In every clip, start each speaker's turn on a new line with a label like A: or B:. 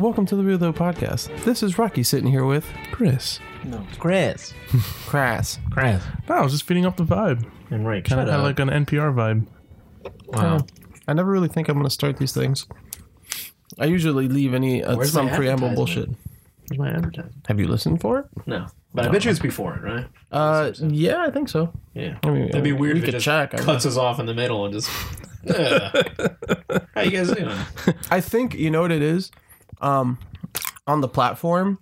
A: welcome to the Real Though podcast. This is Rocky sitting here with Chris.
B: No, Chris.
A: Crass.
B: Chris.
A: No, I was just feeding up the vibe.
B: And Rick.
A: Kind
B: shut
A: of had
B: up.
A: like an NPR vibe.
B: wow.
A: I never really think I'm going to start these things. I usually leave any uh,
B: Where's my
A: some preamble
B: advertisement?
A: bullshit.
B: Where's my advertisement?
A: Have you listened for it?
B: No. But I bet you it's before it, right?
A: Uh, yeah, I think so.
B: Yeah.
A: I mean,
B: That'd be
A: we-
B: weird
A: We
B: if it
A: could
B: just
A: check. I mean.
B: cuts us off in the middle and just. Ugh. How you guys doing?
A: I think you know what it is. Um, on the platform,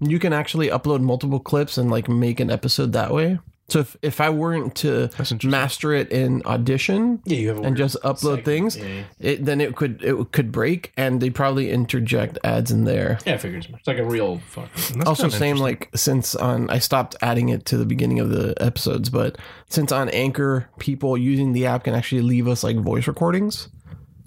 A: you can actually upload multiple clips and like make an episode that way. So if, if I weren't to
B: interesting.
A: master it in Audition
B: Yeah, you have a
A: and just upload things,
B: Yeah,
A: it then it could it could break and they probably interject ads in there.
B: yeah I figured as much. It's like a real fucking.
A: also, same like since on I stopped adding it to the beginning of the episodes, but since on Anchor, people using the app can actually leave us like voice recordings,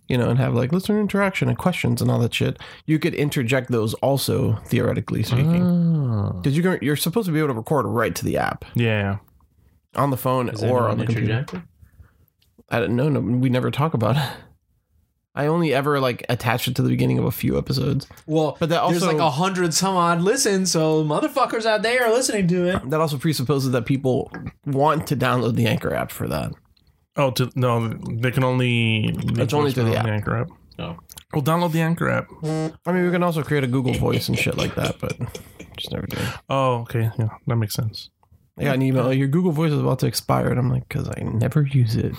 A: you know, and have like listener interaction and questions and all that shit. You could interject those also theoretically
B: Ah.
A: speaking, because you can, you're supposed to be able to record right to the app
C: Yeah.
A: on the phone
B: Is
A: or
B: anyone
A: on the computer.
B: interjected?
A: I don't know. No, we never talk about it. I only ever like attach it to the beginning of a few episodes.
B: Well,
A: But that
B: there's
A: also-
B: like a hundred some odd listens, so motherfuckers out there are listening to it.
A: That also presupposes that people want to download the Anchor app for that.
C: Oh, to, no, they can only.
A: It's only through the
C: voicemail on
A: app.
C: Anchor app.
B: Oh.
C: Well, download the Anchor app.
A: I mean, we can also create a Google Voice and shit like that, but just never do. it.
C: Oh, okay. Yeah, that makes sense.
A: I got an email. "Oh, Your Google Voice is about to expire, and I'm like, because I never use it.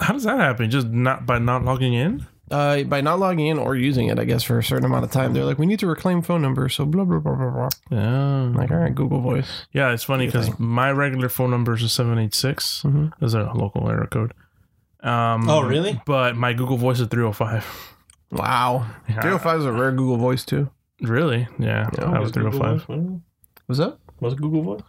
C: How does that happen? Just not by not logging in?
A: Uh, by not logging in or using it, I guess for a certain amount of time, they're like, we need to reclaim phone number. So blah blah blah blah blah.
C: Yeah.
A: I'm like, all right, Google Voice.
C: yeah, it's funny because my regular phone number is a 786
A: Mhm.
C: as a local area code. Um,
B: Oh, really?
C: But my Google Voice is 305.
A: Wow,
C: Yeah.
A: 305 is a rare Google Voice too.
C: Really? Yeah, I was 305.
A: What's that?
B: What's Google Voice?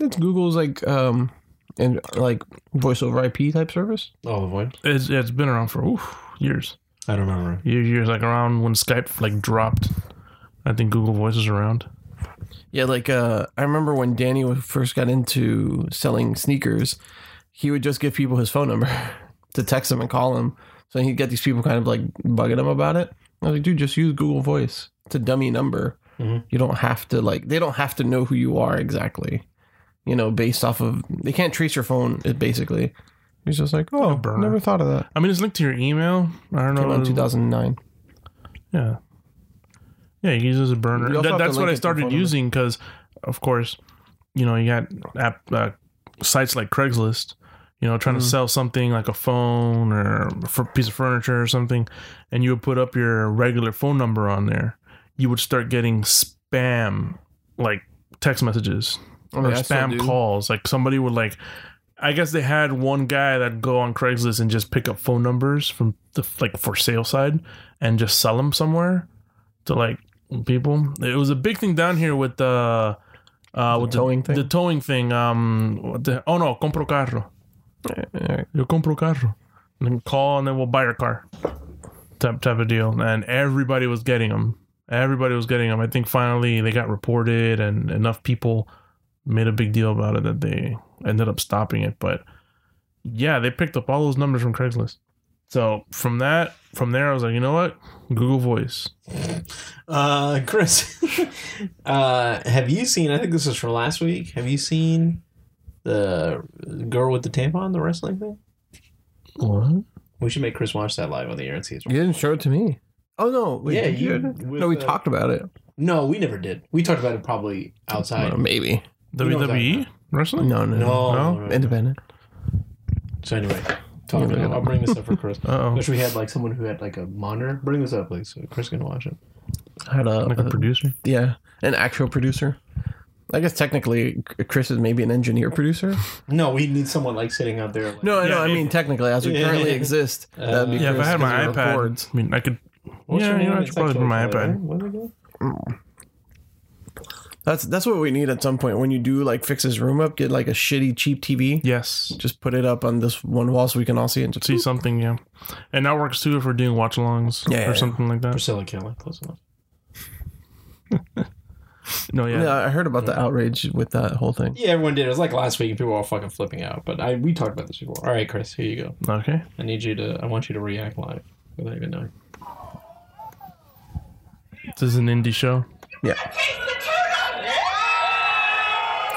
A: It's Google's like um and like voice over IP type service.
B: Oh, the voice.
C: It's, it's been around for oof, years.
B: I don't remember.
C: Years, years, like around when Skype like dropped. I think Google Voice is around.
A: Yeah, like uh, I remember when Danny was- first got into selling sneakers, he would just give people his phone number to text them and call them. So he'd get these people kind of like bugging him about it. I was like, dude, just use Google Voice. It's a dummy number.
B: Mhm.
A: You don't have to like they don't have to know who you are exactly. You know, based off of they can't trace your phone. It basically. He's just like, oh,
C: burner.
A: never thought of that.
C: I mean, it's linked to your email. I don't
A: Came out in
C: know.
A: 2009.
C: Yeah. Yeah, you use it as a burner.
A: You also
C: That-
A: have to
C: that's
A: link
C: what
A: it
C: I
A: to phone
C: started
A: number.
C: using because, of course, you know, you got app uh, sites like Craigslist, you know,
A: Mm-hmm.
C: trying to sell something like a phone or a f- piece of furniture or something, and you would put up your regular phone number on there. You would start getting spam, like text messages
A: I
C: or
A: mean, Oh, I still
C: spam
A: do.
C: calls. Like somebody would like, I guess they had one guy that go on Craigslist and just pick up phone numbers from the like for sale side and just sell them somewhere to like people. It was a big thing down here with the uh, with the
A: towing thing?
C: The towing thing. Um, what the, oh no, compro carro.
A: All right.
C: Yo compro carro. And then call and then we'll buy your car. Type type of deal. And everybody was getting them. Everybody was getting them. I think finally they got reported and enough people made a big deal about it that they ended up stopping it. But yeah, they picked up all those numbers from Craigslist. So from that, from there, I was like, you know what? Google Voice.
B: Uh, Chris, uh, have you seen? I think this is from last week. Have you seen the girl with the tampon, the wrestling thing?
C: What?
B: We should make Chris watch that live on the air and see. His-
A: You didn't show it to me. Oh no! Wait,
B: Yeah,
A: did you.
B: you-
A: no, we
B: with, uh,
A: talked about it.
B: no, we never did. We talked about it probably outside.
A: Well, maybe.
B: know what I'm
C: WWE E? wrestling?
A: No, no, no.
B: No,
C: No?
B: no, no.
A: Independent.
B: So anyway, talk about it. I'll bring this up for Chris.
C: Uh oh.
B: Wish we had like someone who had like a monitor. Bring this up, please. So Chris can watch it.
A: I had a,
C: Like a
A: a-
C: producer.
A: yeah, an actual producer. I guess technically, C- Chris is maybe an engineer producer.
B: No, we need someone like sitting out there. Like,
A: No,
C: Yeah,
A: no, I
C: if- Uh,
A: mean technically, as we currently
B: Yeah.
A: exist, that'd be
C: Yeah, if I
A: Chris 'cause
C: had my
A: he
C: iPad,
A: records.
C: I mean, I could.
B: What's
C: yeah,
B: her
C: you know,
B: name?
C: I should probably put my
B: Sexual
C: iPad.
B: Toy, right? What is it called?
A: That's that's what we need at some point. When you do like fix his room up, get like a shitty cheap TV.
C: Yes.
A: Just put it up on this one wall so we can all see it. and Just
C: See something, yeah. And that works too if we're doing watch alongs
A: Yeah, yeah, yeah.
C: or something like that.
B: Priscilla Kelly, close enough.
C: No, yeah.
A: yeah. I heard about the outrage with that whole thing.
B: Yeah, everyone did. It was like last week, and people were all fucking flipping out. But I we talked about this before. All right, Chris, here you go.
C: Okay.
B: I need you to. I want you to react live without even knowing.
C: This is an indie show.
A: Yeah.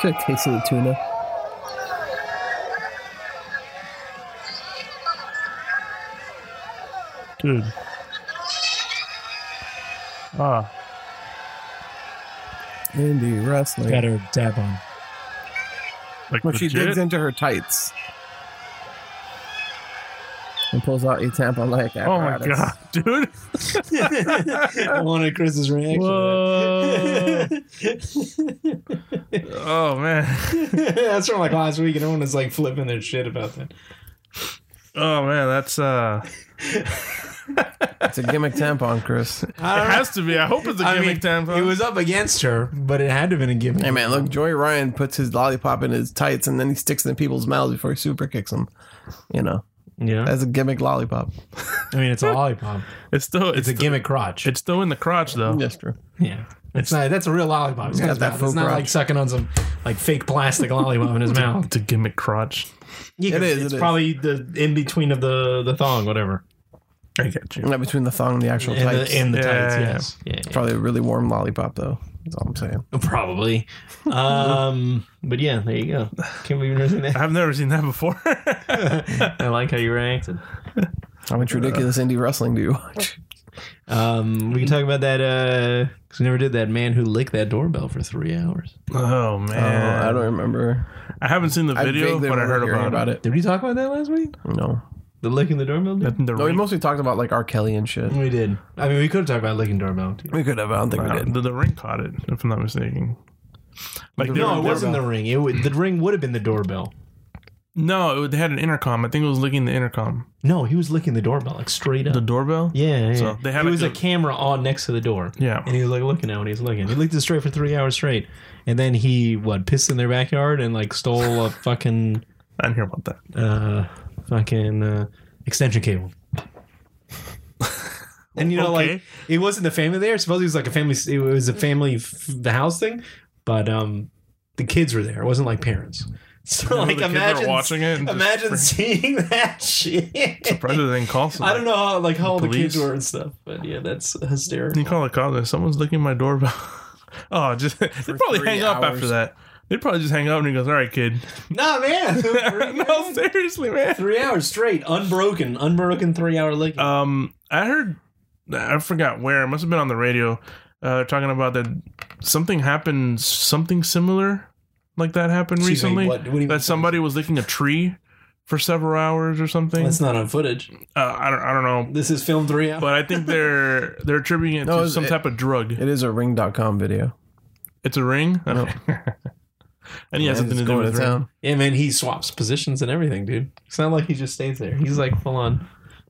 D: Should have tasted the tuna.
C: Dude. Ah,
A: Indie wrestling.
D: Got her dab on.
C: like
A: When she digs
C: legit?
A: into her tights and pulls out a tampon like
C: Oh my
A: apparatus.
C: god, dude!
B: I wanted Chris's reaction.
C: Whoa. oh man,
B: That's from like last week, and everyone was like flipping their shit about that.
C: oh man, that's uh,
A: It's a gimmick tampon, Chris.
B: I
C: it
B: don't know.
C: has to be. I hope it's a
B: I mean,
C: gimmick tampon.
B: It was up against her, but it had to have been a gimmick.
A: Hey man, look, Joey Ryan puts his lollipop in his tights and then he sticks it in people's mouths before he super kicks them. You know,
C: yeah,
A: as a gimmick lollipop.
B: I mean, it's a lollipop.
C: it's still
B: It's a gimmick crotch.
C: It's still in the crotch though.
A: That's true.
B: yeah, it's not. That's a real lollipop. It's,
A: Got
B: got
A: that
B: that
A: faux
B: it's not
A: crotch.
B: like sucking on some like fake plastic lollipop in his mouth.
C: It's a gimmick crotch.
B: Yeah,
A: It is,
B: It's
A: it is.
B: probably the in between of the the thong, whatever,
C: I get you.
A: Not between the thong and the actual
B: and
A: tights.
B: the, and the
C: Yeah,
B: tights.
C: yeah.
B: Yes, yeah, yeah.
A: Probably a really warm lollipop though. That's all I'm saying.
B: Probably. Um, but yeah, there you go. Can't believe you're that.
C: I've never seen that before.
B: I like how you reacted.
A: How much ridiculous indie wrestling do you watch?
B: Um, we can talk about that uh 'cause we never did that man who licked that doorbell for three hours.
C: oh man,
A: Oh, I
C: I,
A: don't remember.
C: haven't seen the video,
A: vaguely
C: but I
A: remember
C: heard
A: hearing
C: about, it.
A: it.
B: Did we talk about that last week?
A: No.
B: The licking the doorbell. dude?
C: The,
A: No, we
C: re-
A: mostly talked about like R. Kelly and shit.
B: We did. I mean, we could have talked about licking doorbell. Too.
A: We could have. I don't think we did.
C: the, the ring caught it, if I'm not mistaken. Like they
B: No,
C: were-
B: it wasn't the ring. It would, the ring would have been the doorbell.
C: No, it, would- they had an intercom. I think it was licking the intercom.
B: No, he was licking the doorbell like straight up.
C: The doorbell?
B: yeah, yeah.
C: So they had
B: there
C: a
B: was a
C: good-
B: camera on next to the door.
C: Yeah.
B: And he was like looking at what he's looking. He licked it straight for three hours straight. And then he what pissed in their backyard and like stole a fucking
C: I didn't hear about that.
B: uh fucking uh extension cable. and you know like
C: Okay.
B: it wasn't the family there. Supposedly it was like a family it was a family f- the house thing, but um the kids were there. It wasn't like parents. So
C: the
B: like
C: kids were
B: imagine
C: watching it and just
B: Imagine
C: freaking-
B: seeing that shit.
C: President didn't call
B: I don't know how, like how old the
C: police.
B: kids were and stuff, but yeah, that's hysterical.
C: You call the cops. Someone's licking my doorbell. oh, just they probably
A: three
C: hang up after
A: hours.
C: that. They probably just hang up and he goes, "All right, kid."
B: Nah, man.
C: no, seriously, man.
B: Three hours straight, unbroken, unbroken three hour lick.
C: Um, I heard, I forgot where. It must have been on the radio. Uh, talking about that something happened, something similar like that happened
B: Excuse me,
C: recently.
B: what- what do you-
C: that somebody was licking a tree for several hours or something. Uh,
B: That's not on footage.
C: I don't, I don't know.
B: This is film three hours.
C: but I think they're they're attributing it
A: No,
C: to
A: it's-
C: some
A: it-
C: type of drug.
A: It is a ring.com video.
C: it's a ring. Okay. and he has
A: And it's
C: something to do
A: going
C: with ring.
A: town.
B: yeah, man, he swaps positions and everything, dude. It's not like he just stays there. He's like full on.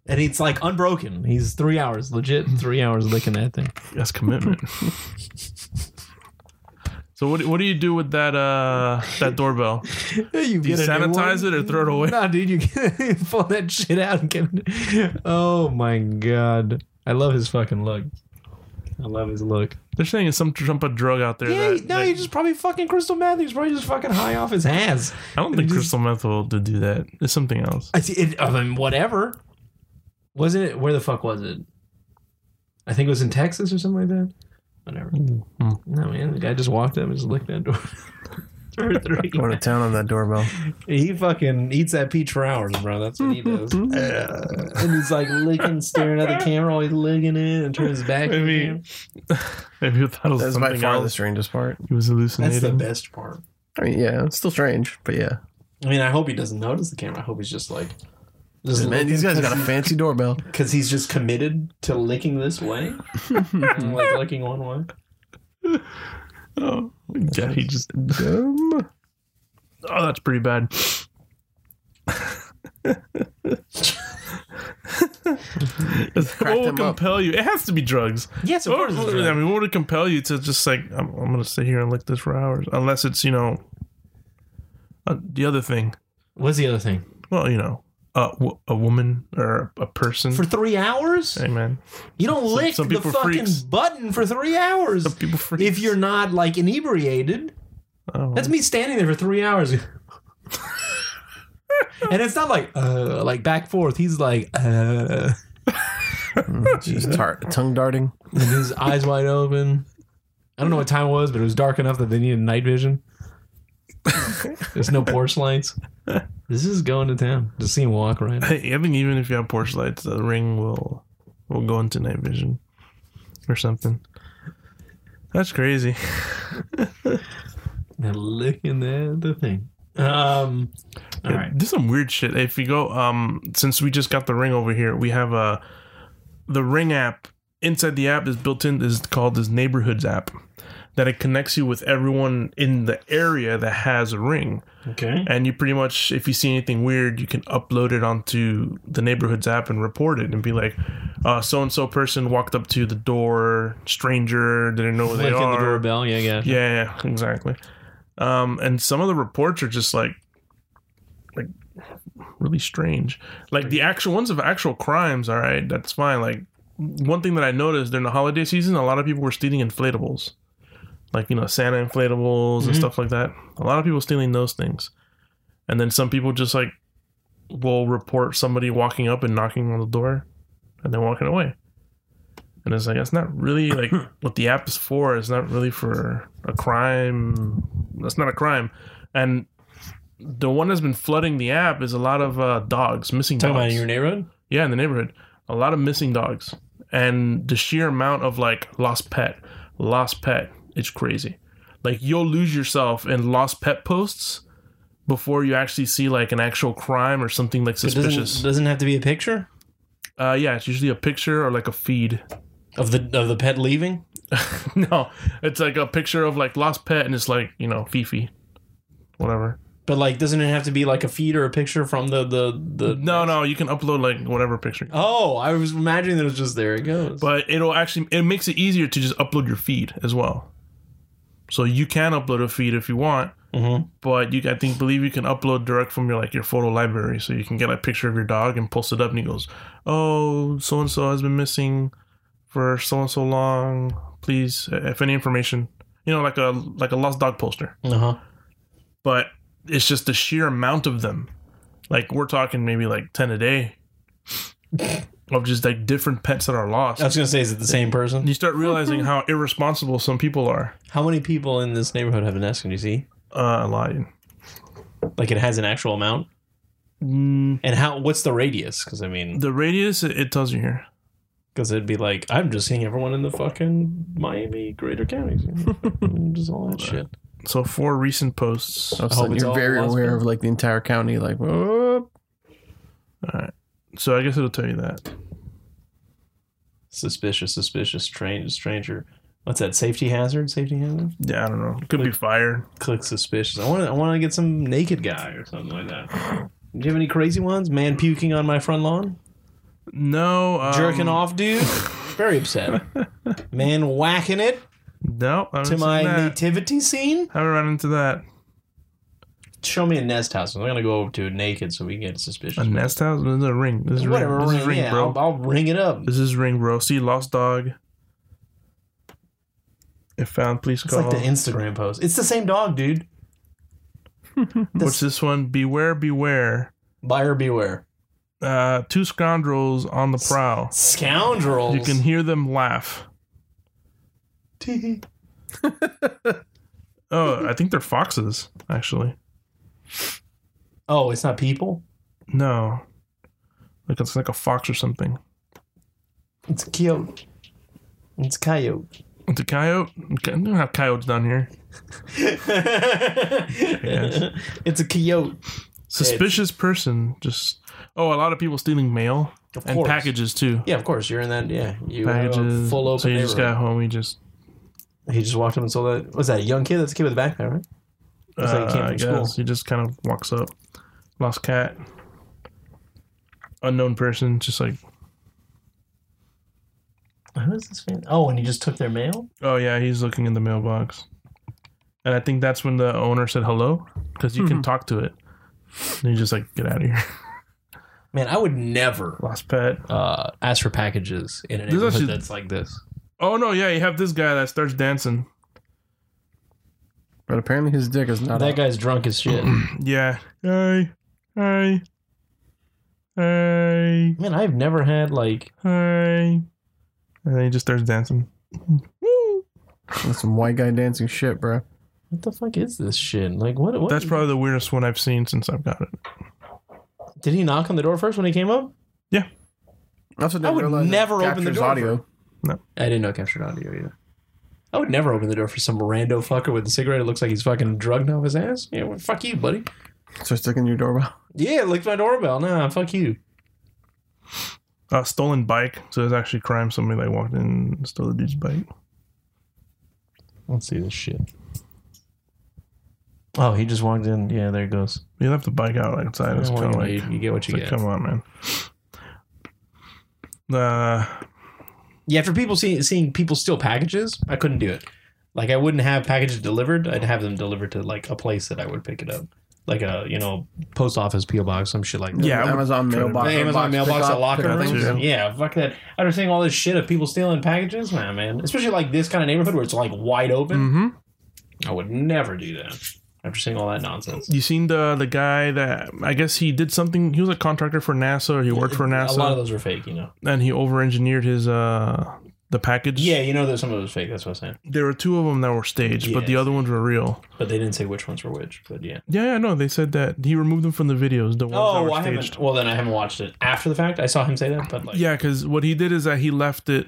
B: And it's like unbroken. He's three hours, legit three hours licking that thing.
C: That's commitment. so what do- what do you do with that uh that doorbell?
B: You,
C: Do you sanitize it or throw it away?
B: Nah, dude, you get pull that shit out and get it. Oh my god. I love his fucking look. I love his look.
C: They're saying it's some Trump of drug out there.
B: Yeah,
C: that,
B: no,
C: that-
B: he's just probably fucking crystal meth. He's probably just fucking high off his ass.
C: I don't think
B: just-
C: crystal meth will to do that. It's something else.
B: I see. It, I mean, whatever. Wasn't it? Where the fuck was it? I think it was in Texas or something like that. Whatever.
C: Hmm.
B: No man, the guy just walked up and just licked that door. For three.
A: Going to town on that doorbell.
B: He fucking eats that peach for hours, bro. That's what he does. and he's like licking, staring at the camera, always licking it, and turns his back. to the
C: Maybe-
B: camera.
C: Maybe that was
A: That's by
C: something
A: far the
C: else.
A: strangest part.
C: He was
B: that's the
C: hallucinating.
B: best part.
A: I mean, yeah, it's still strange, but yeah.
B: I mean, I hope he doesn't notice the camera. I hope he's just like, just
A: Man, these guys got a fancy doorbell.
B: because he's just committed to licking this way, and like licking one way.
C: oh, yeah, he just.
A: Dumb.
C: Oh, that's pretty bad. what
A: him
C: would
A: up.
C: compel you? It has to be drugs.
B: Yes,
C: What would- I mean, what would compel you to just like I'm, I'm going to sit here and lick this for hours? Unless it's you know uh, the other thing.
B: What's the other thing?
C: Well, you know, a, wo- a woman or a person.
B: For three hours,
C: hey man,
B: you don't lick
C: some
B: the
C: people
B: fucking
C: are freaks.
B: button for three hours.
C: people freak.
B: If you're not like inebriated,
C: oh,
B: that's me standing there for three hours. and it's not like uh, like back forth. He's like uh.
A: She's tar- tongue darting.
B: with his eyes wide open. I don't know what time it was, but it was dark enough that they needed night vision. There's no porch lights. This is going to town. Just see him walk right.
C: I think even if you have porch lights, the ring will will go into night vision or something. That's crazy.
B: And licking at the thing. Um, all
C: Yeah,
B: right.
C: There's some weird shit. If you go, um, since we just got the ring over here, we have a the ring app inside the app is built in is called this neighborhoods app that it connects you with everyone in the area that has a ring.
B: Okay.
C: And you pretty much, if you see anything weird, you can upload it onto the neighborhoods app and report it and be like, so and so person walked up to the door, stranger, didn't know who they
B: Licking
C: are.
B: the doorbell. Yeah, yeah.
C: Yeah, yeah, exactly. Um, and some of the reports are just like, like really strange. Like the actual ones of actual crimes. All right, that's fine. Like one thing that I noticed during the holiday season, a lot of people were stealing inflatables, like you know Santa inflatables
B: Mm-hmm.
C: and stuff like that. A lot of people stealing those things, and then some people just like will report somebody walking up and knocking on the door, and then walking away. And it's like that's not really like what the app is for. It's not really for a crime. That's not a crime. And the one that's been flooding the app is a lot of uh, dogs missing
B: Talking about
C: dogs.
B: in your neighborhood?
C: Yeah, in the neighborhood. A lot of missing dogs. And the sheer amount of like lost pet, lost pet, it's crazy. Like you'll lose yourself in lost pet posts before you actually see like an actual crime or something like
B: It doesn't
C: suspicious.
B: doesn't have to be a picture
C: Uh, yeah, it's usually a picture or like a feed.
B: of the of the pet leaving.
C: no, it's like a picture of like lost pet and it's like, you know, Fifi. Whatever.
B: But like, doesn't it have to be like a feed or a picture from the the the?
C: No, no, you can upload like whatever picture.
B: Oh, I was imagining that it was just there. It goes.
C: but it'll actually it makes it easier to just upload your feed as well. So you can upload a feed if you want,
B: Mhm.
C: but you I think believe you can upload direct from your like your photo library. So you can get a picture of your dog and post it up, and he goes, "Oh, so and so has been missing for so and so long. Please, if any information, you know, like a like a lost dog poster."
B: uh huh.
C: But it's just the sheer amount of them. Like we're talking maybe like ten a day of just like different pets that are lost
B: I was gonna say, is it the same person?
C: you start realizing how irresponsible some people are.
B: How many people in this neighborhood have a nest? Can you see?
C: Uh, a lion.
B: Like it has an actual amount.
C: Mm,
B: And how? What's the radius? Because I mean,
C: the radius it, it tells you here.
B: because it'd be like I'm just seeing everyone in the fucking Miami greater counties, you know? just all that shit.
C: So four recent posts.
A: Oh,
B: I
A: so
B: hope it's
A: you're
B: all
A: very
B: Las
A: aware
B: Vegas.
A: of like the entire county. Like, whoop.
C: So I guess it'll tell you that.
B: Suspicious, suspicious, strange, stranger. What's that? Safety hazard? Safety hazard?
C: Yeah, I don't know. Could be fire.
B: click suspicious. I want to. I want to get some naked guy or something like that. Do you have any crazy ones? Man puking on my front lawn,
C: No. Um,
B: jerking off, dude. Very upset. Man whacking it
C: No. I haven't,
B: to
C: seen
B: my
C: that.
B: nativity scene.
C: haven't run into that.
B: Show me a nest house. I'm gonna go over to it naked so we can get suspicious.
C: A nest house. This is a ring. This is
B: Whatever
C: ring. This
B: ring,
C: is ring,
B: yeah,
C: bro.
B: I'll, I'll ring it up.
C: This is ring, bro. See, lost dog. If found, please
B: It's
C: call.
B: like the Instagram post. It's the same dog, dude.
C: What's this one? Beware, beware.
B: Buyer beware.
C: Uh, two scoundrels on the prowl.
B: Scoundrels.
C: You can hear them laugh. Oh, I think they're foxes, actually.
B: oh, it's not people.
C: No. Like it's like a fox or something.
B: It's coyote. It's coyote.
C: It's a coyote. Okay, I don't have coyotes down here.
B: it's a coyote.
C: Suspicious person. Just oh, a lot of people stealing mail
B: Of
C: and
B: course.
C: packages too.
B: Yeah, of course. You're in that. Yeah, you have a
C: Packages.
B: full open
C: so you just got
B: neighborhood.
C: home. You just
B: He just walked up and sold that. Was that a young kid? That's a kid with a backpack, right? Looks like
C: uh,
B: he came
C: I
B: from
C: guess
B: school.
C: he just kind of walks up. Lost cat. Unknown person. Just like
B: Who is this fan? Oh, and he just took their mail.
C: oh yeah, he's looking in the mailbox. And I think that's when the owner said hello because you can talk to it. And you just like get out of here.
B: Man, I would never
C: Lost pet.
B: uh, ask for packages in a
C: This is
B: neighborhood
C: actually-
B: that's like this.
C: Oh no, yeah, you have this guy that starts dancing.
A: But apparently his dick is not.
B: That
A: out.
B: guy's drunk as shit.
C: Yeah. Hey. Hey. Hey. Hi.
B: Man, I've never had like
C: Hi. And then he just starts dancing.
A: That's some white guy dancing shit, bro.
B: what the fuck is this shit? Like what? what
C: That's probably the weirdest one I've seen since I've got it.
B: Did he knock on the door first when he came up?
A: Also,
B: I
A: didn't
B: would
A: realize it
B: never open the
A: captures
B: door
A: audio.
B: I didn't know it captured audio either. I would never open the door for some rando fucker with a cigarette. It looks like he's fucking drugged off his ass. Yeah, well, fuck you, buddy.
A: So sticking your doorbell.
B: Yeah, it licked my doorbell. Nah, fuck you.
C: Uh, stolen bike. So there's actually crime. Somebody like walked in and stole the dude's bike.
B: Let's see this shit. Oh, he just walked in. Yeah, there it goes.
C: He left the bike out outside. It's
B: Well,
C: kind
B: you,
C: of like,
B: know, you- you get what
C: it's
B: you
C: like
B: get.
C: come on, man. Uh,
B: Yeah, for people seeing seeing people steal packages, I couldn't do it. Like I wouldn't have packages delivered. I'd have them delivered to like a place that I would pick it up, like a you know post office, PO box, some shit like that.
C: Yeah, I would
A: Amazon
C: try to-
A: mailbox.
B: The Amazon
A: pick
B: mailbox,
A: up,
B: a locker
A: pick up
B: room.
A: things.
C: too.
B: Yeah, fuck that. After seeing all this shit of people stealing packages, man, man, especially like this kind of neighborhood where it's like wide open,
C: mm-hmm.
B: I would never do that. After seeing all that nonsense,
C: You seen the the guy that I guess he did something. He was a contractor for NASA. Or he worked for
B: A lot of
C: NASA,
B: those were fake, you know.
C: and he over engineered his uh the package.
B: Yeah, you know that some of those fake. That's what I'm saying.
C: there were two of them that were staged, but the
B: Yes.
C: other ones were real.
B: But they didn't say which ones were which. But yeah.
C: Yeah, yeah, no, they said that he removed them from the videos. The ones that
B: Oh,
C: were
B: I
C: staged.
B: haven't. Well, then I haven't watched it after the fact. I saw him say that, but like,
C: Yeah, because what he did is that he left it.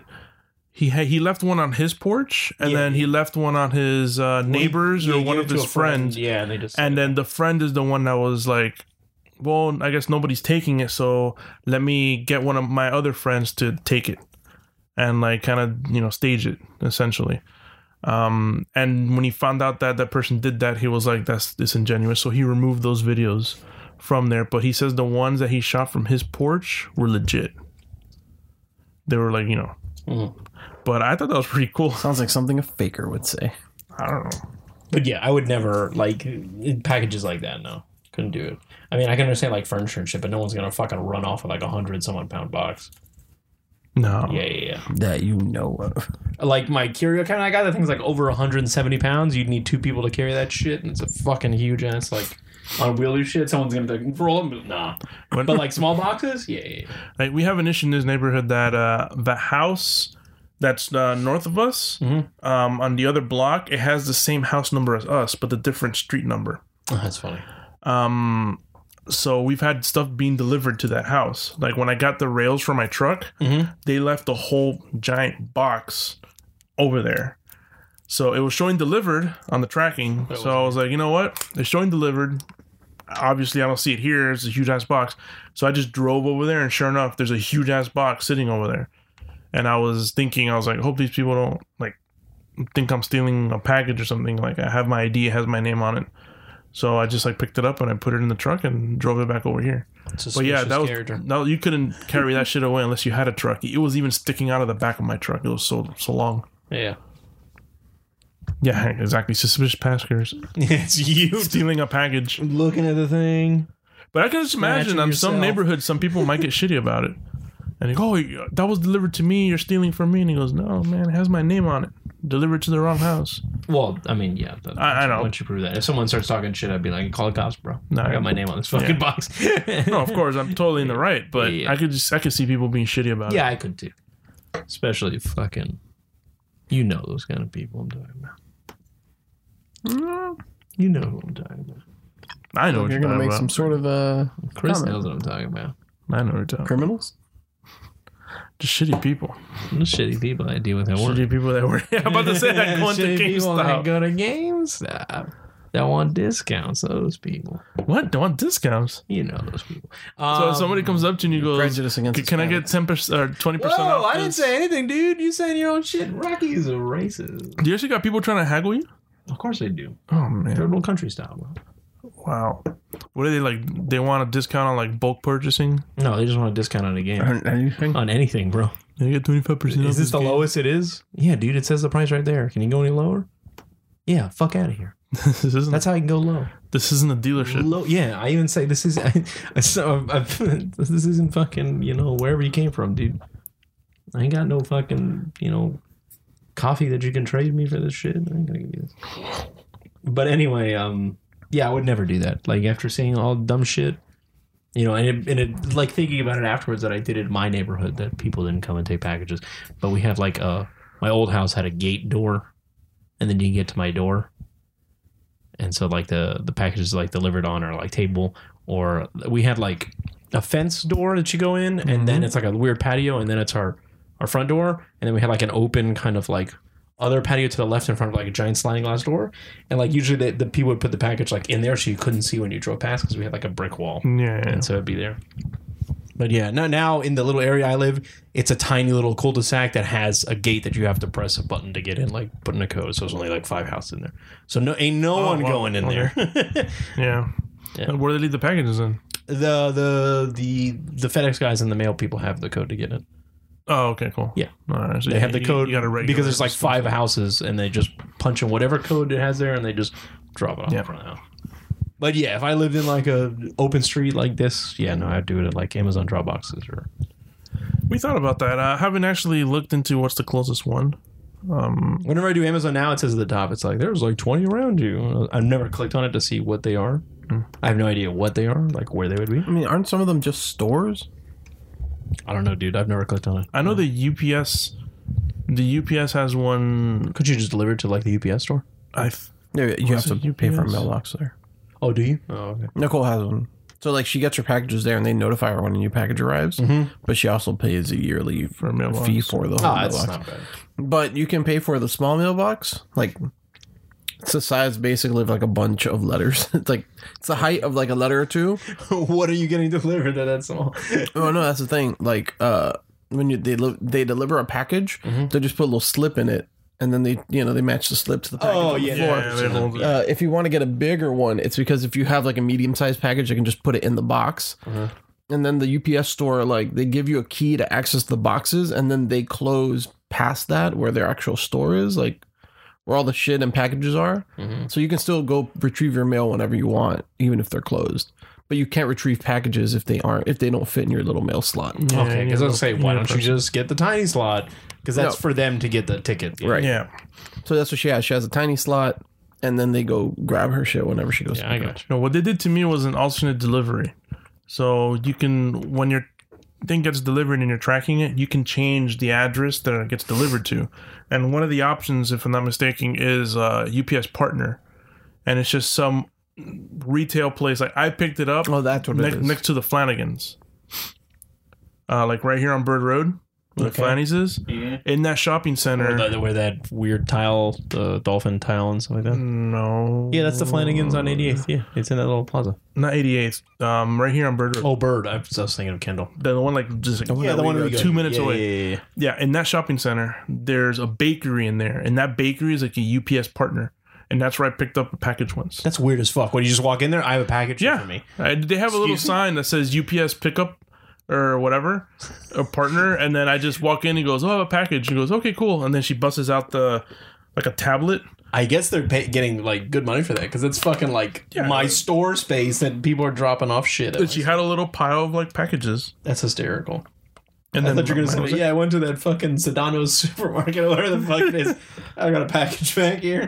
C: He ha- he left one on his porch, and
B: Yeah.
C: then he left one on his uh, neighbors
B: You
C: or
B: give
C: one
B: it
C: of
B: to
C: his
B: a friend,
C: friends.
B: Yeah, and they just
C: And then the friend is the one that was like, "Well, I guess nobody's taking it, so let me get one of my other friends to take it, and like kind of you know stage it essentially." Um, and when he found out that that person did that, he was like, "That's disingenuous." So he removed those videos from there. But he says the ones that he shot from his porch were legit. They were like you know,
B: Mhm.
C: but I thought that was pretty cool.
A: Sounds like something a faker would say.
C: I don't know.
B: But yeah, I would never like packages like that. No, couldn't do it. I mean, I can understand like furniture and shit, but no one's gonna fucking run off with like a hundred someone pound box.
C: No,
B: Yeah, yeah,
A: That you know of.
B: yeah. Like my curio count, I got that thing's like over 170 pounds. You'd need two people to carry that shit, and it's a fucking huge ass like unwieldy shit. Someone's gonna be like, roll them. Nah,
C: When-
B: but like small boxes, yeah, yeah. yeah.
C: Like we have an issue in this neighborhood that uh, the house that's uh, north of us
B: Mhm.
C: um, on the other block it has the same house number as us, but a different street number.
B: Oh, that's funny.
C: Um, so we've had stuff being delivered to that house. Like when I got the rails for my truck,
B: Mhm.
C: they left a whole giant box over there. So it was showing delivered on the tracking.
B: That
C: so I was like, you know what? It's showing delivered. Obviously, I don't see it here. It's a huge ass box. So I just drove over there, and sure enough, there's a huge ass box sitting over there. And I was thinking, I was like, hope these people don't like think I'm stealing a package or something. Like I have my ID, it has my name on it. So I just like picked it up and I put it in the truck and drove it back over here. But yeah, that was
B: character.
C: no, you couldn't carry that shit away unless you had a truck. It was even sticking out of the back of my truck. It was so so long.
B: Yeah,
C: Yeah, exactly. Suspicious passengers
B: it's you
C: stealing a package.
B: looking at the thing.
C: But I can just imagine
B: Snatching
C: on
B: yourself.
C: some neighborhoods, some people might get shitty about it. And they go, "Oh, that was delivered to me. You're stealing from me." And he goes, "No, man, it has my name on it. Delivered to the wrong house."
B: Well, I mean, yeah. That,
C: I- I know.
B: Once you prove that, if someone starts talking shit, I'd be like, "Call the cops, bro.
C: No,
B: I
C: yeah.
B: got my name on this fucking
C: Yeah.
B: box."
C: No,
B: Oh,
C: of course, I'm totally in the right. But
B: Yeah, yeah.
C: I could just I could see people being shitty about it.
B: Yeah, I could too. Especially fucking, you know those kind of people I'm talking about. Mm. You know who I'm talking about.
C: I know. what
A: You're
C: you're
A: gonna
C: talking
A: make
C: about.
A: some sort of uh,
B: Chris
A: Comment.
B: knows what I'm talking about.
C: I know. What you're talking about.
A: criminals.
C: Just shitty people.
B: The shitty people I deal with at work.
C: Shitty people that were yeah, I'm about to say that going to
B: Shitty people that
C: GameStop.
B: go to GameStop. That want discounts. Those people.
C: What? Don't want discounts.
B: You know those people.
C: So
B: Um,
C: if somebody comes up to you and you goes,
A: Prejudice against.
C: "Can- "Can I get ten percent or twenty
B: Whoa!
C: percent off?"
B: I didn't
C: this?"
B: say anything, dude. You saying your own shit. Rocky's a racist.
C: Do you actually got people trying to haggle you?
B: Of course they do.
C: Oh man!
B: Third world country style. Bro.
C: Wow. What are they like? They want a discount on like bulk purchasing.
B: No, they just want a discount on a game.
A: anything?
B: On anything, bro.
C: They get twenty five percent.
B: Is this the lowest it is? Yeah, dude, it says the price right there. Can you go any lower? Yeah, fuck out of here.
C: this isn't.
B: That's how you can go low.
C: this isn't a dealership.
B: Low. Yeah, I even say this is. I, I, so I, this isn't fucking. You know wherever you came from, dude. I ain't got no fucking. You know, coffee that you can trade me for this shit. I ain't gonna give you this. But anyway, um, yeah, I would never do that. Like after seeing all the dumb shit, You know, and it, and it like thinking about it afterwards that I did it in my neighborhood that people didn't come and take packages, but we had like a my old house had a gate door, and then you get to my door, and so like the the packages like delivered on our like table or we had like a fence door that you go in, and then it's like a weird patio, and then it's our our front door, and then we had like an open kind of like other patio to the left in front of like a giant sliding glass door, and like usually the, the people would put the package like in there so you couldn't see when you drove past because we had like a brick wall
C: Yeah.
B: and so it'd be there. But yeah, no, now in the little area I live, it's a tiny little cul-de-sac that has a gate that you have to press a button to get in, like putting a code. So there's only like five houses in there. So no, ain't no one
C: wow.
B: going in there.
C: Yeah.
B: Yeah.
C: Where do they leave the packages in?
B: the the the the FedEx guys and the mail people have the code to get in.
C: Oh, okay, cool.
B: Yeah.
C: All right, so
B: They
C: you-
B: have the
C: you-
B: code
C: You got to regular
B: because there's like five houses, and they just punch in whatever code it has there, and they just drop it off
C: Yeah.
B: in front of the house. But yeah, if I lived in like a open street like this, yeah, no, I'd do it at like Amazon drop boxes or
C: We thought about that. I haven't actually looked into what's the closest one.
B: Whenever I do Amazon now, it says at the top, it's like there's like 20 around you. I've never clicked on it to see what they are. I have no idea what they are, like where they would be.
A: I mean, aren't some of them just stores?
B: I don't know, dude. I've never clicked on it.
C: I know the UPS. The UPS has one.
B: Could you just deliver it to like the UPS store?
C: I th-
A: Yeah, you
C: Was
A: have
C: it
A: to pay for a
C: UPS?
A: mailbox there.
B: Oh, do you? Oh, okay.
A: Nicole has one. So like she gets her packages there, and they notify her when a new package arrives. But she also pays a yearly
C: For a mailbox.
A: fee Mm-hmm. for the whole
B: Ah,
A: mailbox.
B: that's not bad.
A: But you can pay for the small mailbox, like it's the size basically of like a bunch of letters. It's like it's the height of like a letter or two.
B: what are you getting delivered at that small?
A: Oh no, that's the thing. Like uh, when you they li- they deliver a package, they just put a little slip in it, and then they you know they match the slip to the package.
B: oh,
A: on the
B: yeah.
A: floor.
C: Yeah, they hold it.
A: Uh, if you want to get a bigger one, it's because if you have like a medium sized package, you can just put it in the box.
B: Mm-hmm.
A: And then the UPS store, like they give you a key to access the boxes, and then they close past that where their actual store is, like where all the shit and packages are.
B: Mhm.
A: So you can still go retrieve your mail whenever you want, even if they're closed. But you can't retrieve packages if they aren't if they don't fit in your little mail slot.
C: Yeah,
B: okay,
C: you
B: because I
C: know,
B: was saying, why
C: know,
B: don't you
C: person-
B: just get the tiny slot? Because that's
A: No.
B: for them to get the ticket.
A: Right.
C: Yeah.
A: So that's what she has. She has a tiny slot, and then they go grab her shit whenever she goes.
B: Yeah,
A: to
B: I
A: pick it up.
B: got you.
C: No, what they did to me was an alternate delivery. So you can when your thing gets delivered and you're tracking it, you can change the address that it gets delivered to. And one of the options, if I'm not mistaken, is uh, UPS partner, and it's just some retail place. Like I picked it up
A: Oh, that's what it
C: next,
A: is.
C: next to the Flanagans, uh, like right here on Bird Road, where
B: Okay.
C: the Flannys is. In that shopping
B: Where,
C: center,
B: the- where that weird tile, the dolphin tile and stuff like that.
C: no,
B: Yeah, that's the Flanagan's on 88th. Yeah, it's in that little plaza.
C: not 88th. Um, right here on Bird Road,
B: Oh, Bird. I was I was thinking of Kendall.
C: the one like just like,
B: Yeah, the one we go-
C: two minutes
B: yeah,
C: away.
B: Yeah, yeah, yeah.
C: Yeah, in that shopping center, there's a bakery in there, and that bakery is like a UPS partner, and that's where I picked up a package once.
B: That's weird as fuck. What do you just walk in there? I have a package here
C: yeah,
B: for me.
C: I- they have a little
B: Excuse me?
C: sign that says UPS pickup or whatever, a partner, and then I just walk in and goes, "Oh, I have a package." She goes, "Okay, cool," and then she busts out the like a tablet.
B: I guess they're pay- getting like good money for that because it's fucking like
C: Yeah.
B: my store space that people are dropping off shit. At.
C: She had a little pile of like packages,
B: That's hysterical.
C: and
B: I
C: then
B: thought you were
C: mine
B: gonna
C: was
B: say,
C: like-
B: "Yeah, I went to that fucking Sedano's supermarket or whatever the fuck it is. I got a package back here."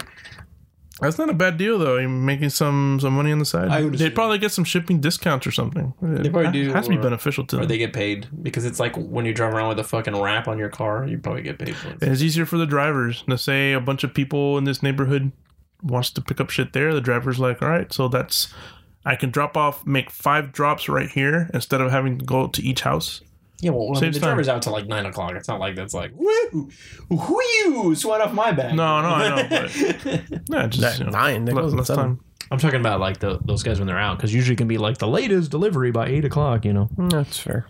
C: That's not a bad deal though. You're making some some money on the side.
B: I would
C: They'd
B: assume.
C: probably get some shipping discounts or something. They
B: probably do,
C: Has to be
B: or-
C: beneficial to
B: Or
C: them.
B: they get paid because it's like when you drive around with a fucking wrap on your car, you probably get paid for it.
C: And It's easier for the drivers. Let's say a bunch of people in this neighborhood wants to pick up shit there. The driver's like, all right, so that's I can drop off, make five drops right here instead of having to go to each house.
B: Yeah, well, I mean,
C: Saves
B: the
C: time.
B: driver's out till like nine o'clock. It's not like that's like woo, whoo, sweat off my back.
C: No, no, I know, No, just
A: That
C: you know,
A: nine, that
C: le-
A: goes
C: less
A: seven.
C: time.
B: I'm talking about like the, those guys when they're out because usually it can be like the latest delivery by eight o'clock. You know.
A: Mm, That's fair.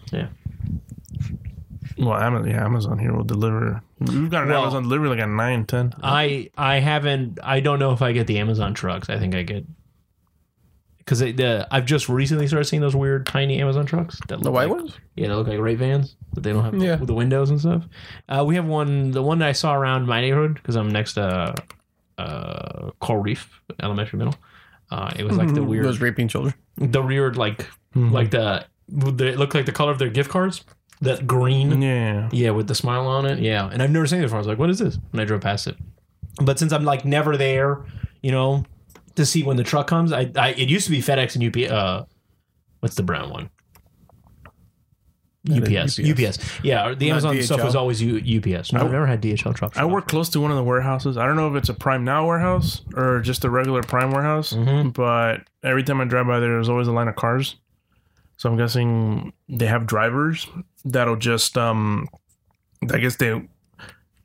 C: Well, Amazon, yeah, Amazon here will deliver. We've got an
B: Well-
C: Amazon delivery like at nine, ten.
B: I I haven't. I don't know if I get the Amazon trucks. I think I get because the I've just recently started seeing those weird tiny Amazon trucks. That look
A: The white
B: like,
A: ones?
B: Yeah, they look like rape vans, but they don't have
A: Yeah.
B: the, the windows and stuff. Uh, we have one. The one that I saw around my neighborhood because I'm next to uh, Coral Reef Elementary Middle. Uh, it was like
D: Mm-hmm.
B: the weird
A: Mm-hmm. Those Mm-hmm. raping children.
B: the weird like like the, the it looked like the color of their gift cards that green
C: Mm-hmm. Yeah.
B: yeah with the smile on it yeah and i've never seen it before i was like what is this and i drove past it but since i'm like never there you know to see when the truck comes i, I it used to be fedex and up uh what's the brown one
C: UPS.
D: UPS, UPS. Yeah, or the
A: Not
D: Amazon stuff
A: DHL.
D: was always U, UPS. No, I've never had DHL truck.
C: I work close to one of the warehouses. I don't know if it's a Prime Now warehouse or just a regular Prime warehouse,
B: Mm-hmm.
A: Hmm.
D: Mhm.
C: but every time I drive by there, there's always a line of cars. So I'm guessing they have drivers that'll just, um, I guess they